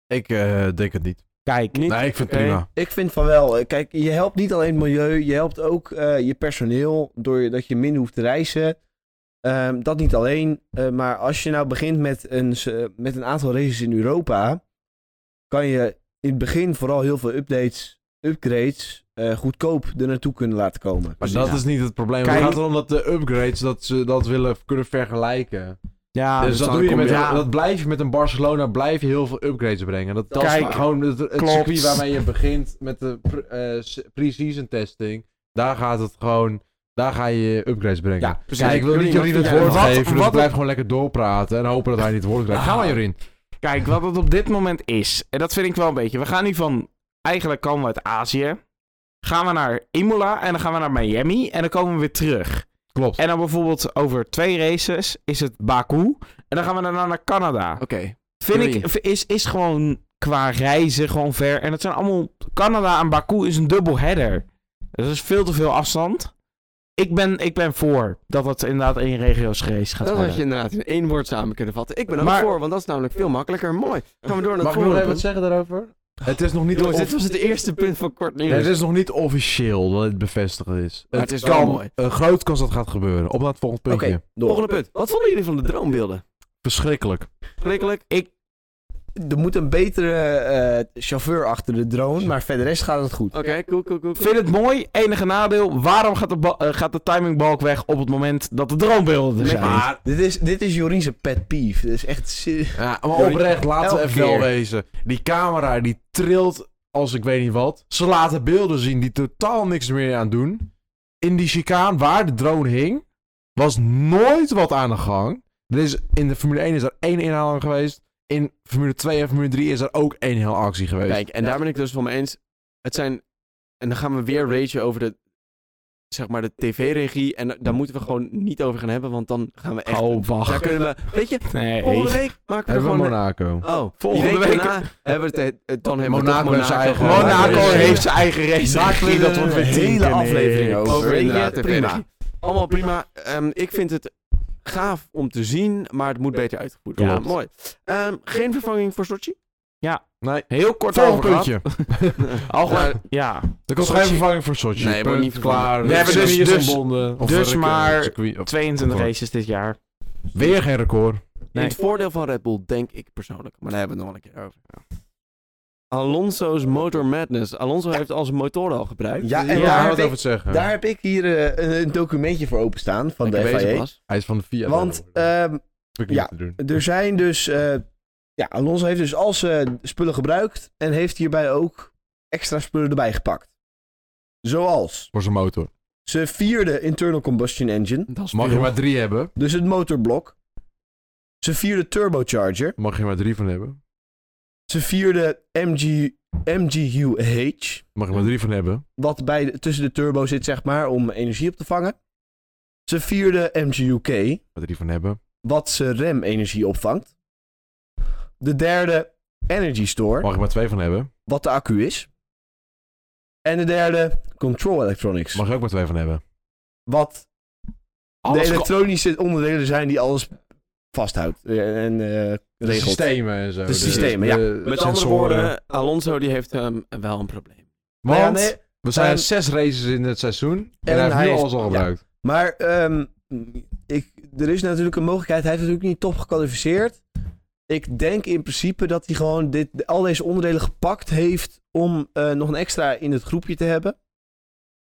B: Ik eh, denk het niet.
C: Kijk,
A: Niet?
B: Nee, ik vind het
A: Oké.
B: prima.
D: Ik vind van wel. Eh, Kijk, je helpt niet alleen milieu, je helpt ook eh, je personeel door je- dat je minder hoeft te reizen. Ehm, dat niet alleen, eh, maar als je nou begint met een, s- eh, met een aantal races in Europa, kan je in het begin vooral heel veel updates, upgrades, eh, goedkoop er naartoe kunnen laten komen.
B: Maar dat is niet het probleem.
C: Kijk-
B: het gaat erom dat de upgrades dat ze dat willen kunnen vergelijken.
C: ja,
B: dus dat,
A: dan
B: doe je
A: kom
B: met,
A: je-
B: heel- dat blijf je met een Barcelona blijf je heel veel upgrades brengen. Dat, dat
C: Kijk,
B: is gewoon het, het
C: klopt.
B: circuit waarmee je begint met de pre- eh, s- pre-season testing. Daar gaat het gewoon, daar ga je upgrades brengen.
C: ja,
B: Kijk, ik wil niet Jorien het
C: Ja,
B: woord
C: wat-
B: geven, dus
C: wat-
B: blijf gewoon lekker doorpraten en hopen dat hij niet het woord krijgt. Ga maar Jorien.
C: Kijk, wat het op dit moment is, en dat vind ik wel een beetje. We gaan nu van, eigenlijk komen we uit Azië, gaan we naar Imola en dan gaan we naar Miami en dan komen we weer terug.
B: Klopt.
C: En dan bijvoorbeeld over twee races is het Baku en dan gaan we daarna naar Canada.
A: Oké.
C: Vind
A: Jorien.
C: ik, v- is, is gewoon qua reizen gewoon ver. En het zijn allemaal, Canada en Baku is een dubbelheader. Dat is veel te veel afstand. Ik ben, ik ben voor dat het inderdaad één regio's race
A: Dat
C: gaat worden.
A: had je inderdaad in één woord samen kunnen vatten. Ik ben er ook
C: Maar-
A: voor, want dat is namelijk veel makkelijker. Mooi. Gaan we door naar
B: Mag
A: het
B: ik nog
A: volgende
B: even
A: punt.
B: wat zeggen daarover? Het is nog niet,
A: Jongens,
B: of-
A: dit was het eerste punt van kort nieuws.
B: Nee, het is nog niet officieel dat het bevestigd is.
A: Maar het is wel mooi.
B: Een groot kans dat het gaat gebeuren. Op naar het volgende
D: Oké,
B: puntje.
D: door.
A: Volgende punt. Wat vonden jullie van de droombeelden?
B: Verschrikkelijk.
A: Schrikkelijk. Ik
D: Er moet een betere eh, chauffeur achter de drone, maar verder rest gaat het
B: Oh,
D: goed.
A: Oké, cool, cool, cool. cool.
C: Vind het mooi, enige nadeel. Waarom gaat de, ba- eh, gaat de timingbalk weg op het moment dat de droombeelden er zijn?
D: Dit is, dit is Jorien zijn pet peeve. Dit is echt... se-
B: Ja, maar
D: Jorien,
B: oprecht, laten we
D: elke
B: even wel
D: keer.
B: wezen. Die camera die trilt als ik weet niet wat. Ze laten beelden zien die totaal niks meer aan doen. In die chicaan waar de drone hing, was nooit wat aan de gang. Er is, in de Formule 1 is er één inhaling geweest. In Formule 2 en Formule 3 is er ook één heel actie geweest.
A: Kijk, en daar ben ik dus van me eens. Het zijn... En dan gaan we weer ragen over de... Zeg maar de tv-regie. En daar moeten we gewoon niet over gaan hebben, want dan gaan we echt...
B: oh, wacht.
A: Daar kunnen we... Weet je,
C: Nee.
D: Oh,
A: volgende week maken we er
B: Hebben we
A: gewoon...
B: Monaco.
A: Oh,
C: Volgende
A: die
C: week-
A: daarna hebben we het... eh, Dan hebben we
B: Monaco
A: toch
B: heeft zijn eigen-
A: gehad.
B: Monaco
C: Monaco
B: Ja,
C: heeft zijn eigen race.
D: we
C: dat
D: er
C: wordt
D: een
C: weer
D: hele
C: tien keer
D: aflevering
C: niks.
D: over.
A: Over inderdaad,
D: Ja,
A: prima.
D: prima.
A: Allemaal prima. Ehm, ik vind het gaaf om te zien, maar het moet beter uitgevoerd worden.
C: Klopt.
A: mooi. Ehm, geen vervanging voor Sochi?
B: Nee.
C: Heel kort
B: Volgende
C: over gehad.
B: puntje.
A: Nou,
C: Algemeen- ja.
B: Er komt
A: Sochi.
B: geen vervanging voor Sochi.
A: Nee, wordt
B: Punt,
A: niet vervangen.
B: klaar.
C: We hebben
B: Het
C: dus-
B: circuit is
C: dus-
B: ontbonden. Of
C: dus
B: rec-
C: maar
B: eh, circuit- of-
C: 22
B: Of-
C: races dit jaar.
B: Weer geen record.
C: Nee.
A: In het voordeel van Red Bull, denk ik persoonlijk. Maar daar hebben we het nog wel een keer over. Alonso's Motor Madness. Alonso heeft al zijn motor al gebruikt. Dus
D: Ja, en
B: Ja,
D: daar,
B: hij
D: heb
B: had
D: ik,
B: over te zeggen.
D: daar heb ik hier eh, een, een documentje voor openstaan van
A: Lekker
D: de
A: bezig,
D: FIA.
A: Bas.
B: Hij is van de Fiat.
D: Want
B: Dat
D: ehm,
B: heb ik niet
D: ja.
B: te doen.
D: Er zijn dus. eh, ja, Alonso heeft dus al zijn spullen gebruikt. En heeft hierbij ook extra spullen erbij gepakt. Zoals
B: Voor zijn motor.
D: zijn vierde internal combustion engine.
A: Dat is
B: Mag je
A: veel.
B: maar drie hebben.
D: Dus het motorblok. Zijn vierde turbocharger.
B: Mag je maar drie van hebben.
D: Zijn vierde MG, MGUH.
B: Mag je maar drie van hebben.
D: Wat bij de- tussen de turbo zit, zeg maar, om energie op te vangen. Zijn vierde MGUK.
B: Maar drie van hebben.
D: Wat zijn rem energie opvangt. De derde Energy Store.
B: Mag je maar twee van hebben.
D: wat de accu is. En de derde, control electronics.
B: Mag je ook maar twee van hebben.
D: Wat
C: Alles
D: de
C: ko-
D: elektronische onderdelen zijn die alles vasthoudt eh, en eh, regelt.
B: systemen en zo. dus
D: De systemen, ja.
A: Met andere woorden, Alonso die heeft ehm, wel een probleem.
D: Maar, nou ja,
B: Want
D: nee,
B: we zijn
D: ehm,
B: zes races in het seizoen. En,
D: en
B: hij heeft
D: hij
B: nu
D: is-
B: alles al
D: ja.
B: gebruikt.
D: maar ehm, ik, er is natuurlijk een mogelijkheid. Hij heeft natuurlijk niet top gekwalificeerd. Ik denk in principe dat hij gewoon dit, al deze onderdelen gepakt heeft om eh, nog een extra in het groepje te hebben.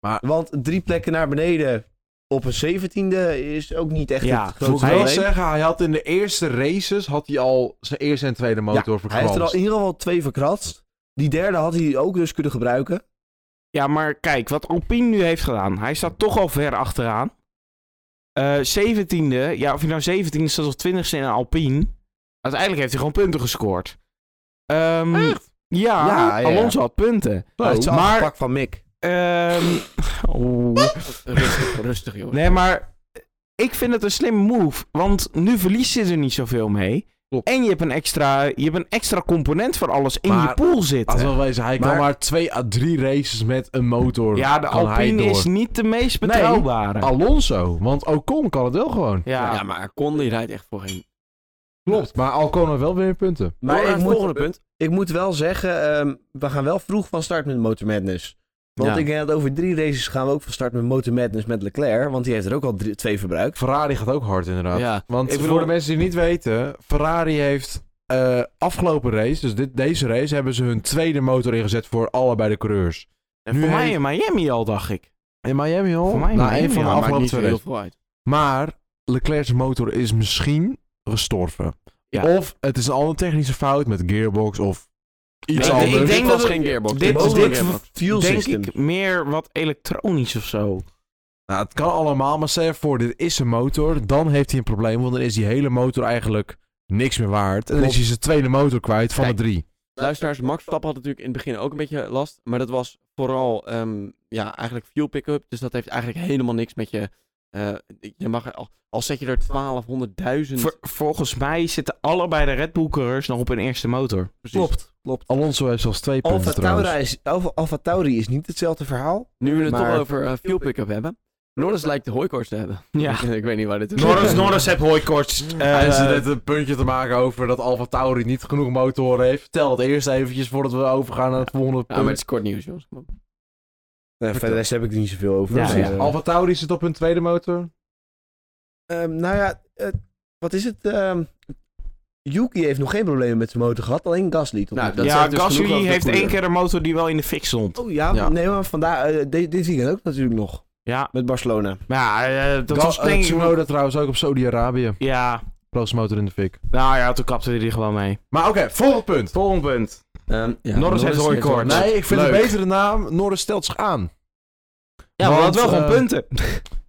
B: Maar-
D: Want drie plekken naar beneden op een zeventiende is ook niet echt
C: Ja,
D: het
B: Moet
D: grootste
B: ik wel
D: probleem.
B: zeggen, hij had in de eerste races had hij al zijn eerste en tweede motor
D: Hij heeft er al in ieder geval twee verkratst. Die derde had hij ook dus kunnen gebruiken.
C: Ja, maar kijk, wat Alpine nu heeft gedaan. Hij staat toch al ver achteraan. Eh 17e, ja, of je nou 17e staat of 20e in Alpine. Uiteindelijk heeft hij gewoon punten gescoord. Ehm, Ja,
D: Ja, Oh. ja,
C: Alonso had punten.
F: Oh,
D: Hij heeft zijn
C: maar,
D: afgepakt van Mick.
C: ehm, *laughs* oeh.
A: *laughs* Rustig, rustig jongen.
C: Nee, maar ik vind het een slim move. Want nu verliest hij er niet zoveel mee.
A: Klopt.
C: En je hebt, een extra, je hebt een extra component voor alles in
B: Maar
C: je pool zitten.
B: Laten we wel wezen, hij kan
A: Maar-
B: maar twee à drie races met een motor.
C: ja, de
B: kan hij
C: Alpine
B: door.
C: is niet de meest betrouwbare.
B: Alonso, want Ocon kan het wel gewoon.
C: ja.
F: Ja, maar Ocon die rijdt echt voor geen...
B: Klopt, maar Ocon heeft wel weer punten.
F: Door
D: Maar
F: naar
D: ik
F: het
D: moet,
F: volgende punt.
D: ik moet wel zeggen, ehm, we gaan wel vroeg van start met Motor Madness. Want
F: Ja.
D: ik denk dat over drie races gaan we ook van start met Motor Madness met Leclerc. Want die heeft er ook al drie- twee verbruikt.
B: Ferrari gaat ook hard inderdaad.
F: Ja.
B: Want
F: Ik bedoel-
B: voor de mensen die het niet weten, Ferrari heeft eh, afgelopen race, dus dit, deze race, hebben ze hun tweede motor ingezet voor allebei de coureurs.
F: En
B: Nu
C: Voor mij
B: heeft-
C: in Miami al, dacht ik.
B: in Miami al?
C: Voor mij in
B: Na
C: Miami
B: één van de
C: al,
F: maakt
B: afgelopen
F: niet
B: twee
F: zo
B: races.
F: heel veel uit.
B: Maar Leclerc's motor is misschien gestorven.
F: Ja.
B: Of het is een andere technische fout met gearbox of iets
C: Nee, ik-
B: anders.
C: ik denk
F: dit
C: dat
F: was
C: het-
F: geen gearbox.
C: dit-
F: was
C: dit-
F: geen gearbox.
D: Fuel
C: Denk
D: system.
C: ik meer wat elektronisch of zo.
B: Nou, het kan allemaal, maar stel je voor, dit is een motor. Dan heeft hij een probleem, want dan is die hele motor eigenlijk niks meer waard. En dan is hij zijn tweede motor kwijt van
F: Kijk.
B: de drie.
F: Luisteraars, Max Verstappen had natuurlijk in het begin ook een beetje last. Maar dat was vooral ehm, ja, eigenlijk fuel pick-up. Dus dat heeft eigenlijk helemaal niks met je... eh, je mag, al, al zet je er 1200.000...
C: Ver- volgens mij zitten allebei de Red Bull coureurs nog op een eerste motor.
F: precies.
D: Klopt, klopt.
B: Alonso heeft zelfs twee punten
D: Alfa
B: trouwens.
D: Tauri, is, Alfa, Alfa Tauri is niet hetzelfde verhaal.
F: Nu we het
D: Maar-
F: toch over eh, fuel pick-up hebben. Norris lijkt de hooikoorts te hebben. *laughs*
C: Ja.
F: ik weet niet waar dit is.
C: Norris, Norris heeft hooikoorts.
B: Hij is
C: Eh,
B: net een puntje te maken over dat Alfa Tauri niet genoeg motoren heeft. Vertel het eerst eventjes voordat we overgaan naar het volgende
F: Ja, maar het
B: punt.
F: is kort nieuws, jongens.
D: Nou, verder rest heb ik er niet zoveel over.
C: Ja,
D: Dus,
C: ja.
D: eh,
B: Alfa Tauri zit op hun tweede motor.
D: ehm, nou ja, eh, wat is het? ehm, Yuki heeft nog geen problemen met zijn motor gehad, alleen Gasly. Tot nu
F: Nou,
D: toe.
F: dat
C: ja,
F: zegt dus
C: Gasly
F: genoeg over de
C: heeft
F: coureur.
C: één keer een motor die wel in de fik stond.
D: Oh ja,
B: Ja.
D: nee, maar vandaag, eh, dit- dit weekend ook natuurlijk nog.
C: Ja,
D: Met Barcelona.
C: maar ja, eh, dat
B: Ga-
C: was
B: eh,
C: denk ik...
B: Tsunoda trouwens ook op Saudi-Arabië.
C: Ja,
B: Proost motor in de fik.
C: nou ja, toen kapte hij er gewoon mee.
B: Maar oké, volgend punt.
C: Volgend punt. Norris heeft hooikoorts.
B: Nee, ik vind
C: Leuk.
B: een betere naam. Norris stelt zich aan.
C: Ja, maar dat wel
B: Want,
C: gewoon
B: eh,
C: punten.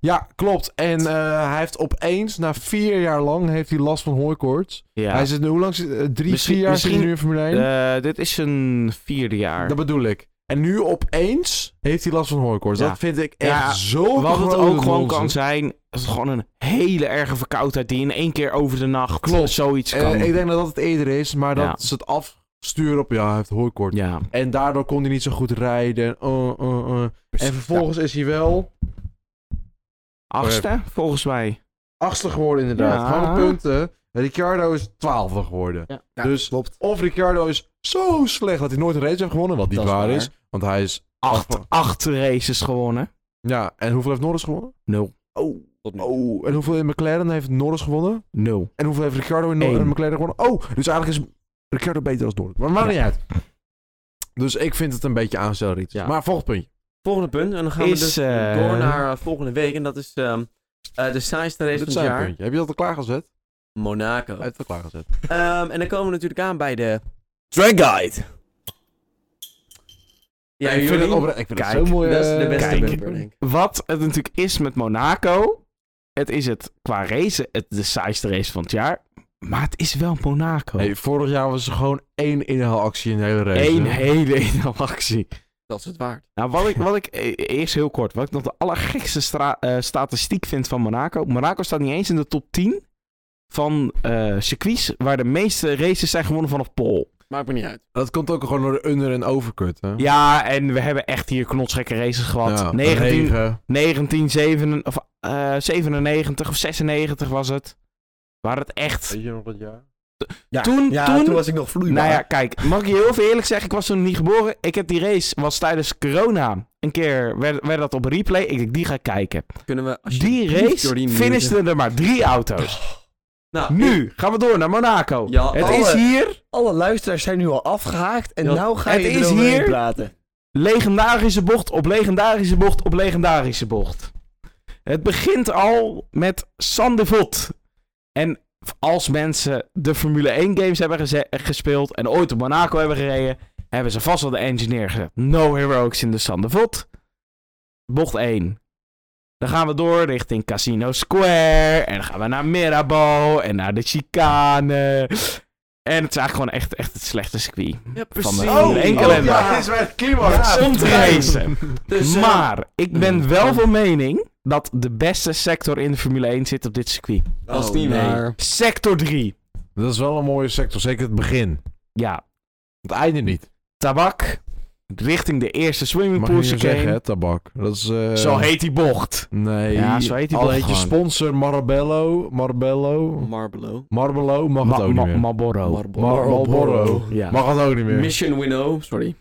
B: Ja, klopt. En eh, hij heeft opeens, na vier jaar lang, heeft hij last van hooikoorts.
C: *laughs* Ja.
B: Hij zit nu, hoe lang? zit- eh, drie,
C: Misschien-
B: vier jaar zit hij
C: misschien-
B: nu in Formule 1?
C: Eh, dit is zijn vierde jaar.
B: Dat bedoel ik. En nu opeens heeft hij last van hooikoorts.
C: Ja.
B: Dat vind ik echt
C: Ja,
B: zo
C: Wat het
B: grote
C: ook gewoon
B: nonsens.
C: kan zijn, is het gewoon een hele erge verkoudheid die in één keer over de nacht
B: Klopt.
C: zoiets
B: Eh,
C: kan.
B: ik denk dat dat het eerder is, maar dat
C: Ja.
B: ze het afsturen op, ja, hij heeft hooikoorts.
C: ja.
B: En daardoor kon hij niet zo goed rijden. Oh, oh, oh. En vervolgens is hij wel Eh.
C: Achtste, volgens mij.
B: achtste geworden inderdaad.
C: Ja.
B: Van de punten. Ricciardo is twaalfde geworden.
C: Ja.
B: dus
D: klopt.
B: of Ricciardo is zo slecht dat hij nooit een race heeft gewonnen, wat niet
D: Dat is
B: waar
D: waar.
B: is. Want hij is...
C: Acht, acht races gewonnen.
B: Ja, en hoeveel heeft Norris gewonnen?
C: Nul.
B: Oh,
A: Tot nu.
B: oh. En hoeveel in McLaren heeft Norris gewonnen?
C: Nul.
B: En hoeveel heeft Ricardo in,
C: Eén.
B: in McLaren gewonnen? Oh, dus eigenlijk is Ricardo beter dan Norris. Maar maakt
C: Ja.
B: niet uit. Dus ik vind het een beetje aanstelriet.
C: Ja.
B: Maar volgend puntje.
F: Volgende punt. En dan gaan
C: Is,
F: we dus
C: eh,
F: door naar eh, volgende week. En dat is ehm, eh, de saaiste race
B: Dit
F: van
B: is
F: het
B: een
F: jaar.
B: puntje. Heb je dat al klaargezet?
F: Monaco.
B: Heb je het al klaargezet.
F: Ehm, en dan komen we natuurlijk aan bij de...
D: Track Guide.
F: Ja,
B: ik vind
F: Jorien,
B: het, opre- ik vind het
D: Kijk,
B: zo mooi.
F: dat is de
B: eh,
F: beste
C: kijk.
F: bumper, denk ik.
C: Wat het natuurlijk is met Monaco. Het is het qua race het de saaiste race van het jaar. Maar het is wel Monaco.
B: Hey, vorig jaar was er gewoon één inhaalactie in de hele race.
C: Eén
B: hè?
C: hele *laughs* ene actie.
F: Dat is het waard.
C: Nou, wat ik, wat ik eh, eerst heel kort, wat ik nog de allergekste stra- eh, statistiek vind van Monaco. Monaco staat niet eens in de top 10 van eh, circuits waar de meeste races zijn gewonnen vanaf Pol.
F: Maakt me niet uit.
B: Dat komt ook gewoon door de under- en overcut. Hè?
C: Ja, en we hebben echt hier knotsgekke races gehad.
B: Ja,
C: 19,
B: regen.
C: 1997 of, eh, 97 of 96 was het. Waar het echt.
B: Weet je nog dat jaar?
D: Ja,
C: Toen-
D: ja,
C: toen-
D: toen, was ik nog vloeibaar.
C: Nou ja, kijk, mag ik je heel veel eerlijk zeggen, ik was toen niet geboren. Ik heb die race, was tijdens corona, een keer werd, werd dat op replay. Ik denk, die ga ik kijken.
F: Kunnen we... alsjeblieft,
C: Die race
F: Jorien,
C: finishten er maar drie auto's.
F: Nou,
C: Nu gaan we door naar Monaco.
F: Ja,
C: het
D: alle-
C: is hier
D: Alle luisteraars zijn nu al afgehaakt en
F: Ja.
D: nou ga
C: Het
D: je
C: is
D: eroverheen
C: hier-
D: praten.
C: legendarische bocht op legendarische bocht op legendarische bocht. Het begint al met Sander Vot. En als mensen de Formule 1 games hebben geze- gespeeld en ooit op Monaco hebben gereden, hebben ze vast wel de engineer gezet. No heroics in de Sander Vot. Bocht 1. Dan gaan we door richting Casino Square. En dan gaan we naar Mirabeau en naar de Chicane. En het is eigenlijk gewoon echt, echt het slechte circuit.
F: Ja,
C: Van
F: precies. Oh,
C: de
A: Oh,
C: Formule 1 kalender.
B: ja, dit is bij het klimaat.
C: Ja, om te racen.
F: Dus, eh,
C: Maar ik
B: Mm.
C: ben
B: Oh.
C: wel van mening dat de beste sector in de Formule 1 zit op dit circuit.
F: Oh, Dat is niet
D: Oh, nee.
F: waar.
C: Sector 3.
B: Dat is wel een mooie sector, zeker het begin.
C: Ja,
B: Het einde niet.
C: tabak. Richting de eerste
B: Mag je
C: swimmingpool
B: niet meer zeggen,
C: chicane.
B: hè, tabak. Dat is... eh,
C: Zo heet die bocht.
B: Nee.
C: Ja, zo heet die
B: Al
C: bocht
B: heet je
C: gewoon.
B: sponsor Marabello.
F: Oh.
B: Marabello.
F: Marlboro.
B: Marabello mag het
C: Ma-
B: ook niet
C: Ma-
B: meer.
C: Oh, Marlboro.
B: Mar- Marlboro.
C: Ja.
B: Mag het ook niet meer.
F: Mission Winnow, sorry.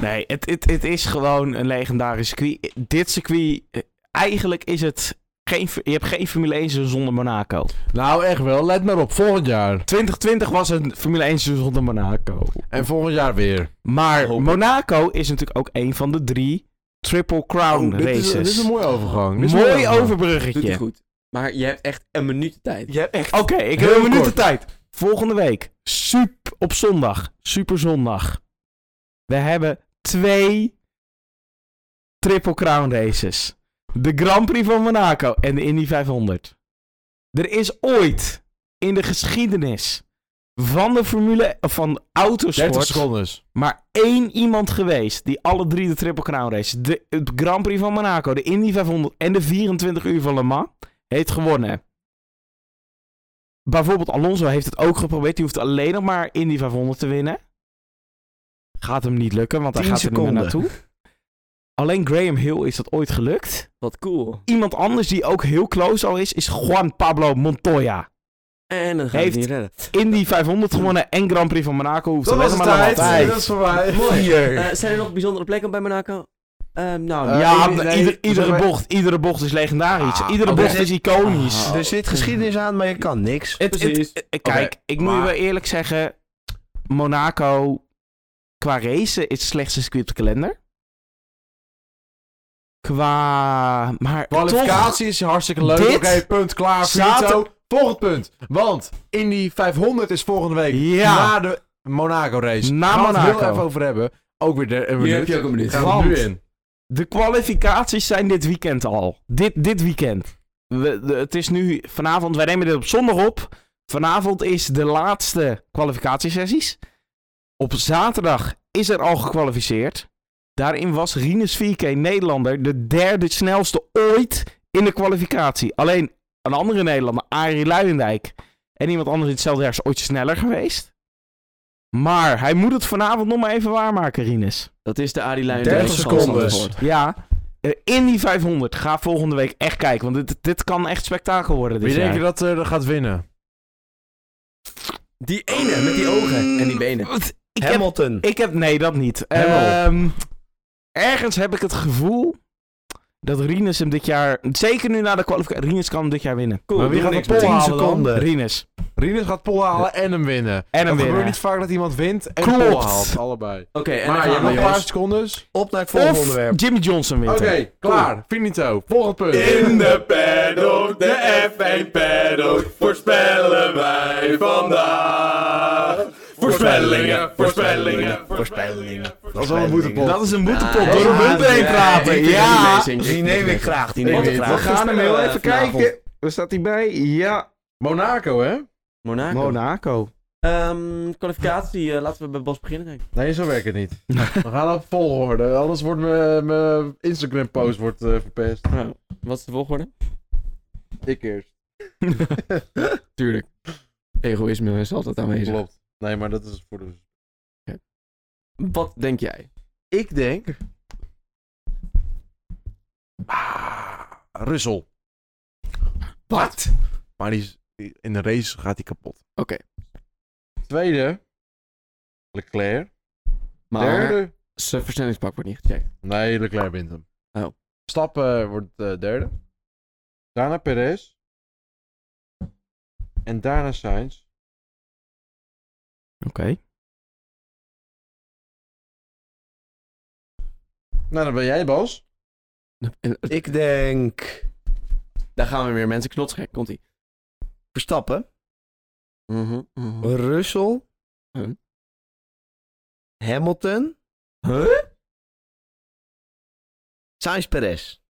C: Nee, het, het, het is gewoon een legendarisch circuit. Dit circuit, eh, eigenlijk is het... Geen, je hebt geen Formule 1 seizoen zonder Monaco.
B: Nou, echt wel. Let maar op. Volgend jaar.
C: 2020 was een Formule 1 seizoen zonder Monaco.
B: En volgend jaar weer.
C: Maar Monaco is natuurlijk ook een van de drie Triple Crown
B: Oh, dit,
C: races.
B: is, dit is een mooie overgang. Dit is een
C: Mooi
F: *clears throat*
B: overgang.
F: Doet hij
C: overbruggetje.
F: goed. Maar je hebt echt een minuut tijd.
C: Je hebt echt... Oké, ik
B: Heel
C: heb een minuut de
B: kort.
C: tijd. Volgende week, sup, op zondag, super zondag. We hebben twee Triple Crown races. De Grand Prix van Monaco en de Indy 500. Er is ooit in de geschiedenis van de Formule van
B: 30
C: autosport
B: seconden.
C: maar één iemand geweest die alle drie de Triple Crown races, de het Grand Prix van Monaco, de Indy 500 en de 24 uur van Le Mans, heeft gewonnen. Bijvoorbeeld Alonso heeft het ook geprobeerd. Die hoeft alleen nog maar Indy 500 te winnen. Gaat hem niet lukken, want hij
D: 10
C: gaat er niet meer
D: seconden.
C: naartoe. Alleen Graham Hill is dat ooit gelukt.
F: Wat cool.
C: Iemand anders die ook heel close al is, is Juan Pablo Montoya.
F: En dan gaat
C: Heeft-
F: het niet redden.
C: Indy 500 gewonnen en Grand Prix van Monaco hoeft
B: Dat
C: alleen
B: was
C: nog
B: de
C: maar naar
B: tijd.
C: Matthijs.
B: Dat is voorbij.
C: Vier.
F: Eh, zijn er nog bijzondere plekken bij Monaco? Ehm, nou,
B: Eh,
C: ja,
B: nee,
C: maar
B: nee,
C: ieder,
B: we
C: iedere,
B: hebben-
C: bocht, iedere bocht is legendarisch.
B: Ah,
C: iedere
B: oké. Ah,
C: bocht is iconisch.
D: Er zit geschiedenis aan, maar je kan niks.
C: Het- het-
F: precies.
C: het- kijk,
B: Oké,
C: ik moet je
B: maar-
C: wel eerlijk zeggen... Monaco, qua racen, is het slechtste circuit op de kalender. Qua... Maar toch...
B: Kwalificatie is hartstikke leuk. Oké,
C: Dit?
B: punt klaar.
C: Zater-
B: Finito. Volgend punt. Want Indy 500 is volgende week
C: Ja.
B: na de Monaco race.
C: Na
B: Gaan we het
C: Monaco.
B: heel even over hebben. Ook weer de, een minuut.
F: heb je ook een minuut.
B: Gaan we er nu in.
C: De kwalificaties zijn dit weekend al. Dit, dit weekend. We- de- het is nu vanavond, wij nemen dit op zondag op. Vanavond is de laatste kwalificatiesessies. Op zaterdag is er al gekwalificeerd. Daarin was Rinus 4K Nederlander de derde snelste ooit in de kwalificatie. Alleen een andere Nederlander, Arie Luijendijk, en iemand anders in hetzelfde jaar is ooit sneller geweest. Maar hij moet het vanavond nog maar even waarmaken, Rinus.
F: dat is de Arie Lijn.
B: 30 secondes.
C: Ja. eh, In die 500. Ga volgende week echt kijken. Want dit, dit kan echt spektakel worden. Dit
B: Wie denk je
C: jaar.
B: dat er gaat winnen?
F: Die ene met die ogen en die benen.
C: Wat? Ik heb,
D: Hamilton.
C: ik heb. Nee, dat niet.
B: Hamel.
C: Ehm, ergens heb ik het gevoel. Dat Rinus hem dit jaar. Zeker nu na de kwalificatie. Rinus kan hem dit jaar winnen.
B: maar wie gaat de pol
D: 10
B: halen dan?
D: seconden.
C: Rinus.
B: Rinus gaat pol halen en hem winnen.
C: En hem
B: Het gebeurt
C: winnen.
B: niet vaak dat iemand wint en
C: Klopt.
B: pol haalt. Allebei.
F: Oké, en
B: Maar je hebt nog een
F: dan
B: paar secondes.
D: Op naar het volgende
C: Of
D: onderwerp.
C: Jimmy Johnson wint.
B: Oké,
C: hem.
B: klaar. Finito. Volgend punt.
E: In de paddock, de F1 paddock, voorspellen wij vandaag. Voorspellingen, voorspellingen, voorspellingen.
B: Dat is wel een moeite pot.
C: Dat is een boetepot.
F: Ah,
C: door de
F: ja,
C: punten heen
F: ja,
C: praten.
F: ik vind het
C: Ja.
F: niet lezen.
D: Die neem ik graag. Die neem
B: Want-
D: ik
B: we
D: graag.
B: gaan hem heel even kijken.
C: Waar staat hij bij? Ja.
B: Monaco, hè?
F: Monaco.
C: Monaco.
F: Ehm, kwalificatie, eh, laten we bij Bas beginnen. denk ik.
B: Nee, zo werkt het niet. *laughs* We gaan op volgorde, anders wordt mijn- mijn Instagram-post wordt, eh, verpest.
F: Nou, wat is de volgorde?
B: Ik eerst.
F: Tuurlijk. Egoïsme is altijd aanwezig.
B: Klopt. Nee, maar dat is voor de...
F: Wat denk jij?
B: Ik denk... Ah, Russell.
F: Wat?
B: Maar die is- die- in de race gaat hij kapot.
F: Oké.
B: Tweede. Leclerc.
F: Maar
B: Derde.
F: zijn versnellingspak wordt niet gecheckt.
B: Nee, Leclerc wint hem.
F: Oh.
B: Stappen wordt eh, derde. Daarna Perez. En daarna Sainz.
C: Oké.
B: Nou, dan ben jij Bas.
F: En, eh,
D: Ik denk...
F: daar gaan we weer mensen knotsgek, komt ie.
D: Verstappen.
B: Mhm,
D: Russell.
F: Huh?
D: Hamilton. Sainz Perez.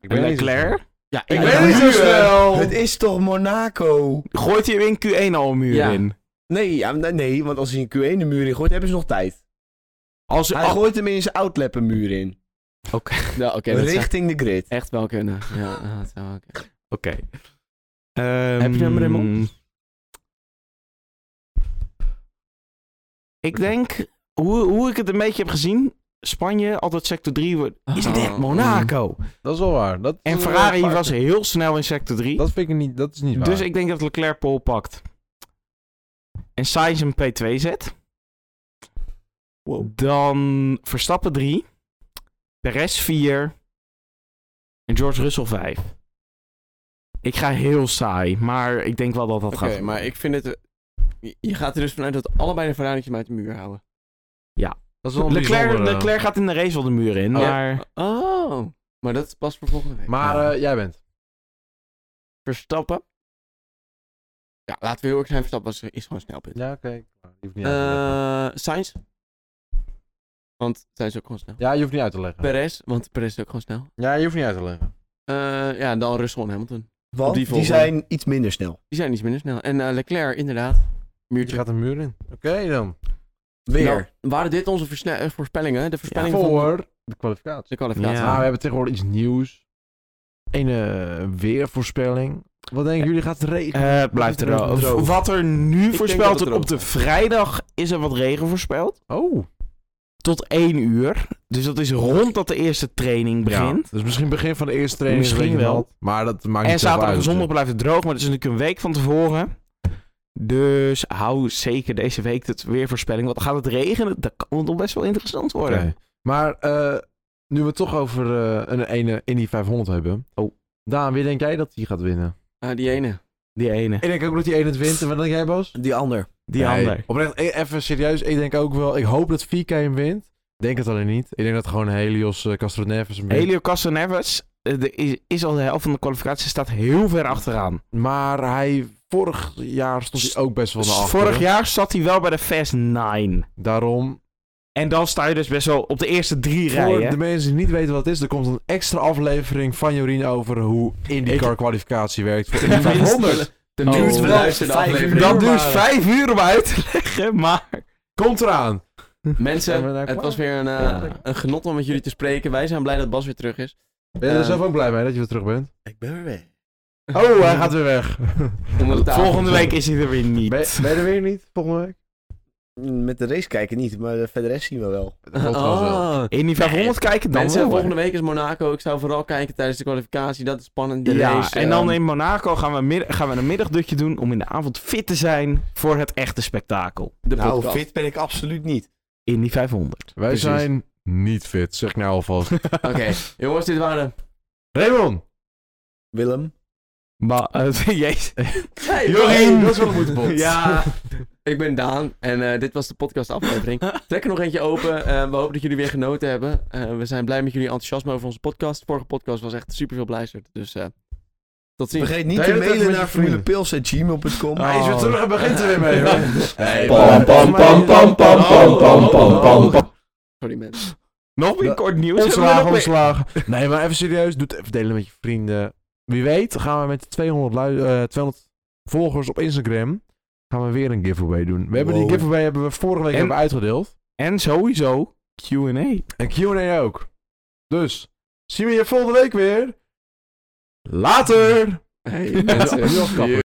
B: Ik
C: En
B: ben
C: Leclerc? Ja,
B: Ik
D: ben
B: ben niet zo snel.
D: Het is toch Monaco?
C: Gooit hij hem in Q1 al een muur
F: Ja.
C: in?
D: Nee, ja, nee, nee, want als hij een Q1 de muur in gooit, hebben ze nog tijd.
C: Als,
D: Hij
C: oh,
D: gooit hem in zijn outlap een muur in.
F: Nou, oké, dat zou
D: richting de grid.
F: echt wel kunnen. Ja, ah, dat zou wel kunnen.
C: Oké.
F: Heb je hem, Raymond?
C: Ik denk, hoe, hoe ik het een beetje heb gezien, Spanje, altijd sector 3, wordt- is net Monaco.
B: Dat is wel waar. Dat
C: En
B: is wel
C: Ferrari
B: vaak.
C: was heel snel in sector 3.
B: Dat vind ik niet, dat is niet waar.
C: Dus ik denk dat Leclerc Pol pakt. En Sainz een P2 zet. Dan Verstappen 3. Perez 4. En George Russell 5. Ik ga heel saai, maar ik denk wel dat dat
A: Oké,
C: gaat.
A: maar ik vind het... eh, je- Je gaat er dus vanuit dat allebei de Ferrari'tjes hem uit de muur houden.
B: dat is wel een
C: Leclerc,
B: bijzondere.
C: Leclerc gaat in de race wel de muur in,
A: Oh.
C: maar
A: Oh, maar dat is pas voor volgende week.
B: Maar eh, jij bent.
A: Verstappen. Ja, laten we heel erg zijn. Verstappen was- is gewoon snelpunt.
B: Ja, oké. Nou, je hoeft niet uit te leggen.
A: Eh Sainz. Want Sainz is ook gewoon snel.
B: Ja, je hoeft niet uit te leggen.
A: Perez, want Perez is ook gewoon snel.
B: Ja, je hoeft niet uit te leggen.
A: Eh, ja, dan Russell en Hamilton.
D: Want
A: die
D: die,
A: volgorde.
D: zijn iets minder snel.
A: Die zijn iets minder snel. En eh, Leclerc, inderdaad.
B: Je
A: Muurtje.
B: gaat een muur in. Oké dan.
D: Weer.
A: Nou, waren dit onze versne- eh, voorspellingen? De voorspelling van
B: Voor de kwalificatie.
A: de kwalificatie.
C: Ja.
B: Nou, we hebben tegenwoordig iets nieuws. Een eh, weervoorspelling. Wat denken jullie? Gaat het regenen?
C: eh, het blijft
B: Wat is er
C: droog.
B: droog?
C: Wat er nu
A: dat
C: voorspeld
A: het
C: wordt,
A: droog
C: op de vrijdag is er wat regen voorspeld.
B: Oh.
C: Tot 1 uur. Dus dat is rond dat de eerste training begint.
B: Ja, dus misschien begin van de eerste training.
C: Misschien
B: regent
C: wel.
B: dat, Maar dat maakt
C: En
B: niet zoveel
C: zaterdag
B: uit.
C: en zondag blijft het droog, maar het is natuurlijk een week van tevoren. Dus hou zeker deze week het weervoorspelling. Want dan gaat het regenen. Dat kan nog best wel interessant
B: Oké.
C: worden.
B: Maar eh, nu we het toch over eh, een ene Indy 500 hebben.
C: Oh.
B: Daan, wie denk jij dat die gaat winnen?
A: Ah, die ene.
C: Die ene.
B: Ik denk ook dat die ene het wint. En wat denk jij, Bas?
D: Die ander.
C: Die
B: Nee,
C: ander.
B: Oprecht, e- even serieus. Ik denk ook wel... Ik hoop dat 4K hem wint. Ik Denk het alleen niet. Ik denk dat gewoon Helios uh, Castroneves hem wint.
C: Helio Castroneves eh, de- is, is al de helft van de kwalificatie. staat heel ver achteraan.
B: Maar hij... Vorig jaar stond hij ook best wel naar
C: Dus
B: achteren.
C: vorig jaar zat hij wel bij de Fast 9.
B: Daarom,
C: En dan sta je dus best wel op de eerste drie
B: voor de
C: rijen.
B: mensen die niet weten wat het is, er komt een extra aflevering van Jorien over hoe IndyCar kwalificatie werkt.
C: *laughs*
B: Voor Indy 500.
A: De
B: Oh.
A: minst beluisterde
D: Vijf
A: aflevering.
D: uur.
C: Dat duurt
B: maar-
C: vijf uur om uit te leggen, *laughs* maar...
B: Komt eraan. Zijn we
A: Mensen,
B: daar
A: het
B: klaar?
A: was weer een, eh,
B: Ja.
A: een genot om met jullie te spreken. Wij zijn blij dat Bas weer terug is.
B: Ben je er
A: Eh,
B: zelf ook blij mee dat je weer terug bent?
G: Ik ben weer weg.
B: Oh, hij gaat weer *laughs* weg.
A: Onder de tafel.
C: Volgende week is hij er weer niet.
B: Ben, ben je er weer niet volgende week?
D: Mm, Met de race kijken niet, maar de verder rest zien we wel.
B: Dat komt trouwens wel.
D: Nou,
A: Ah.
C: In die 500 kijken dan
A: Mensen,
C: wel, hoor.
A: volgende week is Monaco. Ik zou vooral kijken tijdens de kwalificatie. Dat is spannend. De
C: ja,
A: race,
C: en dan
A: ehm,
C: in Monaco gaan we, middag, gaan we een middagdutje doen om in de avond fit te zijn voor het echte spektakel.
A: de
D: nou,
A: podcast.
D: fit ben ik absoluut niet.
C: In die 500.
B: Wij
C: Precies.
B: zijn niet fit, zeg ik nou alvast.
A: Oké, jongens, dit waren...
B: Raymond!
D: Willem.
C: Maar, eh, *laughs* jezus.
A: Hey, *laughs*
B: Jorien! Dat is wel een moeite bot.
A: Ja, ik ben Daan en eh, dit was de podcastaflevering. Trek er nog eentje open. Eh, we hopen dat jullie weer genoten hebben. Eh, we zijn blij met jullie enthousiasme over onze podcast. Vorige podcast was echt super veel beluisterd. Dus eh, tot ziens.
D: Vergeet niet
B: Deel
D: te
B: het even
D: mailen
B: met je
D: naar
B: vrienden.
D: formulepils.gmail.com.
B: Hij is weer terug en begint er weer mee, hoor.
H: Pam, pam, pam, pam, pam, pam, pam, pam, pam, pam.
A: Sorry mensen.
C: Nog weer kort nieuws. Hebben
B: Ontslagen,
C: we nog weer-
B: ontslagen. Nee, maar even serieus. Doe het even delen met je vrienden. Wie weet gaan we met 200, lui, eh, 200 volgers op Instagram... gaan we weer een giveaway doen. We hebben die
D: Wow.
B: giveaway hebben we vorige week
C: En-
B: hebben we uitgedeeld.
C: En sowieso Q&A.
B: En Q&A ook. Dus, zien we je volgende week weer. Later!
A: Hey,
B: Nu afkappen.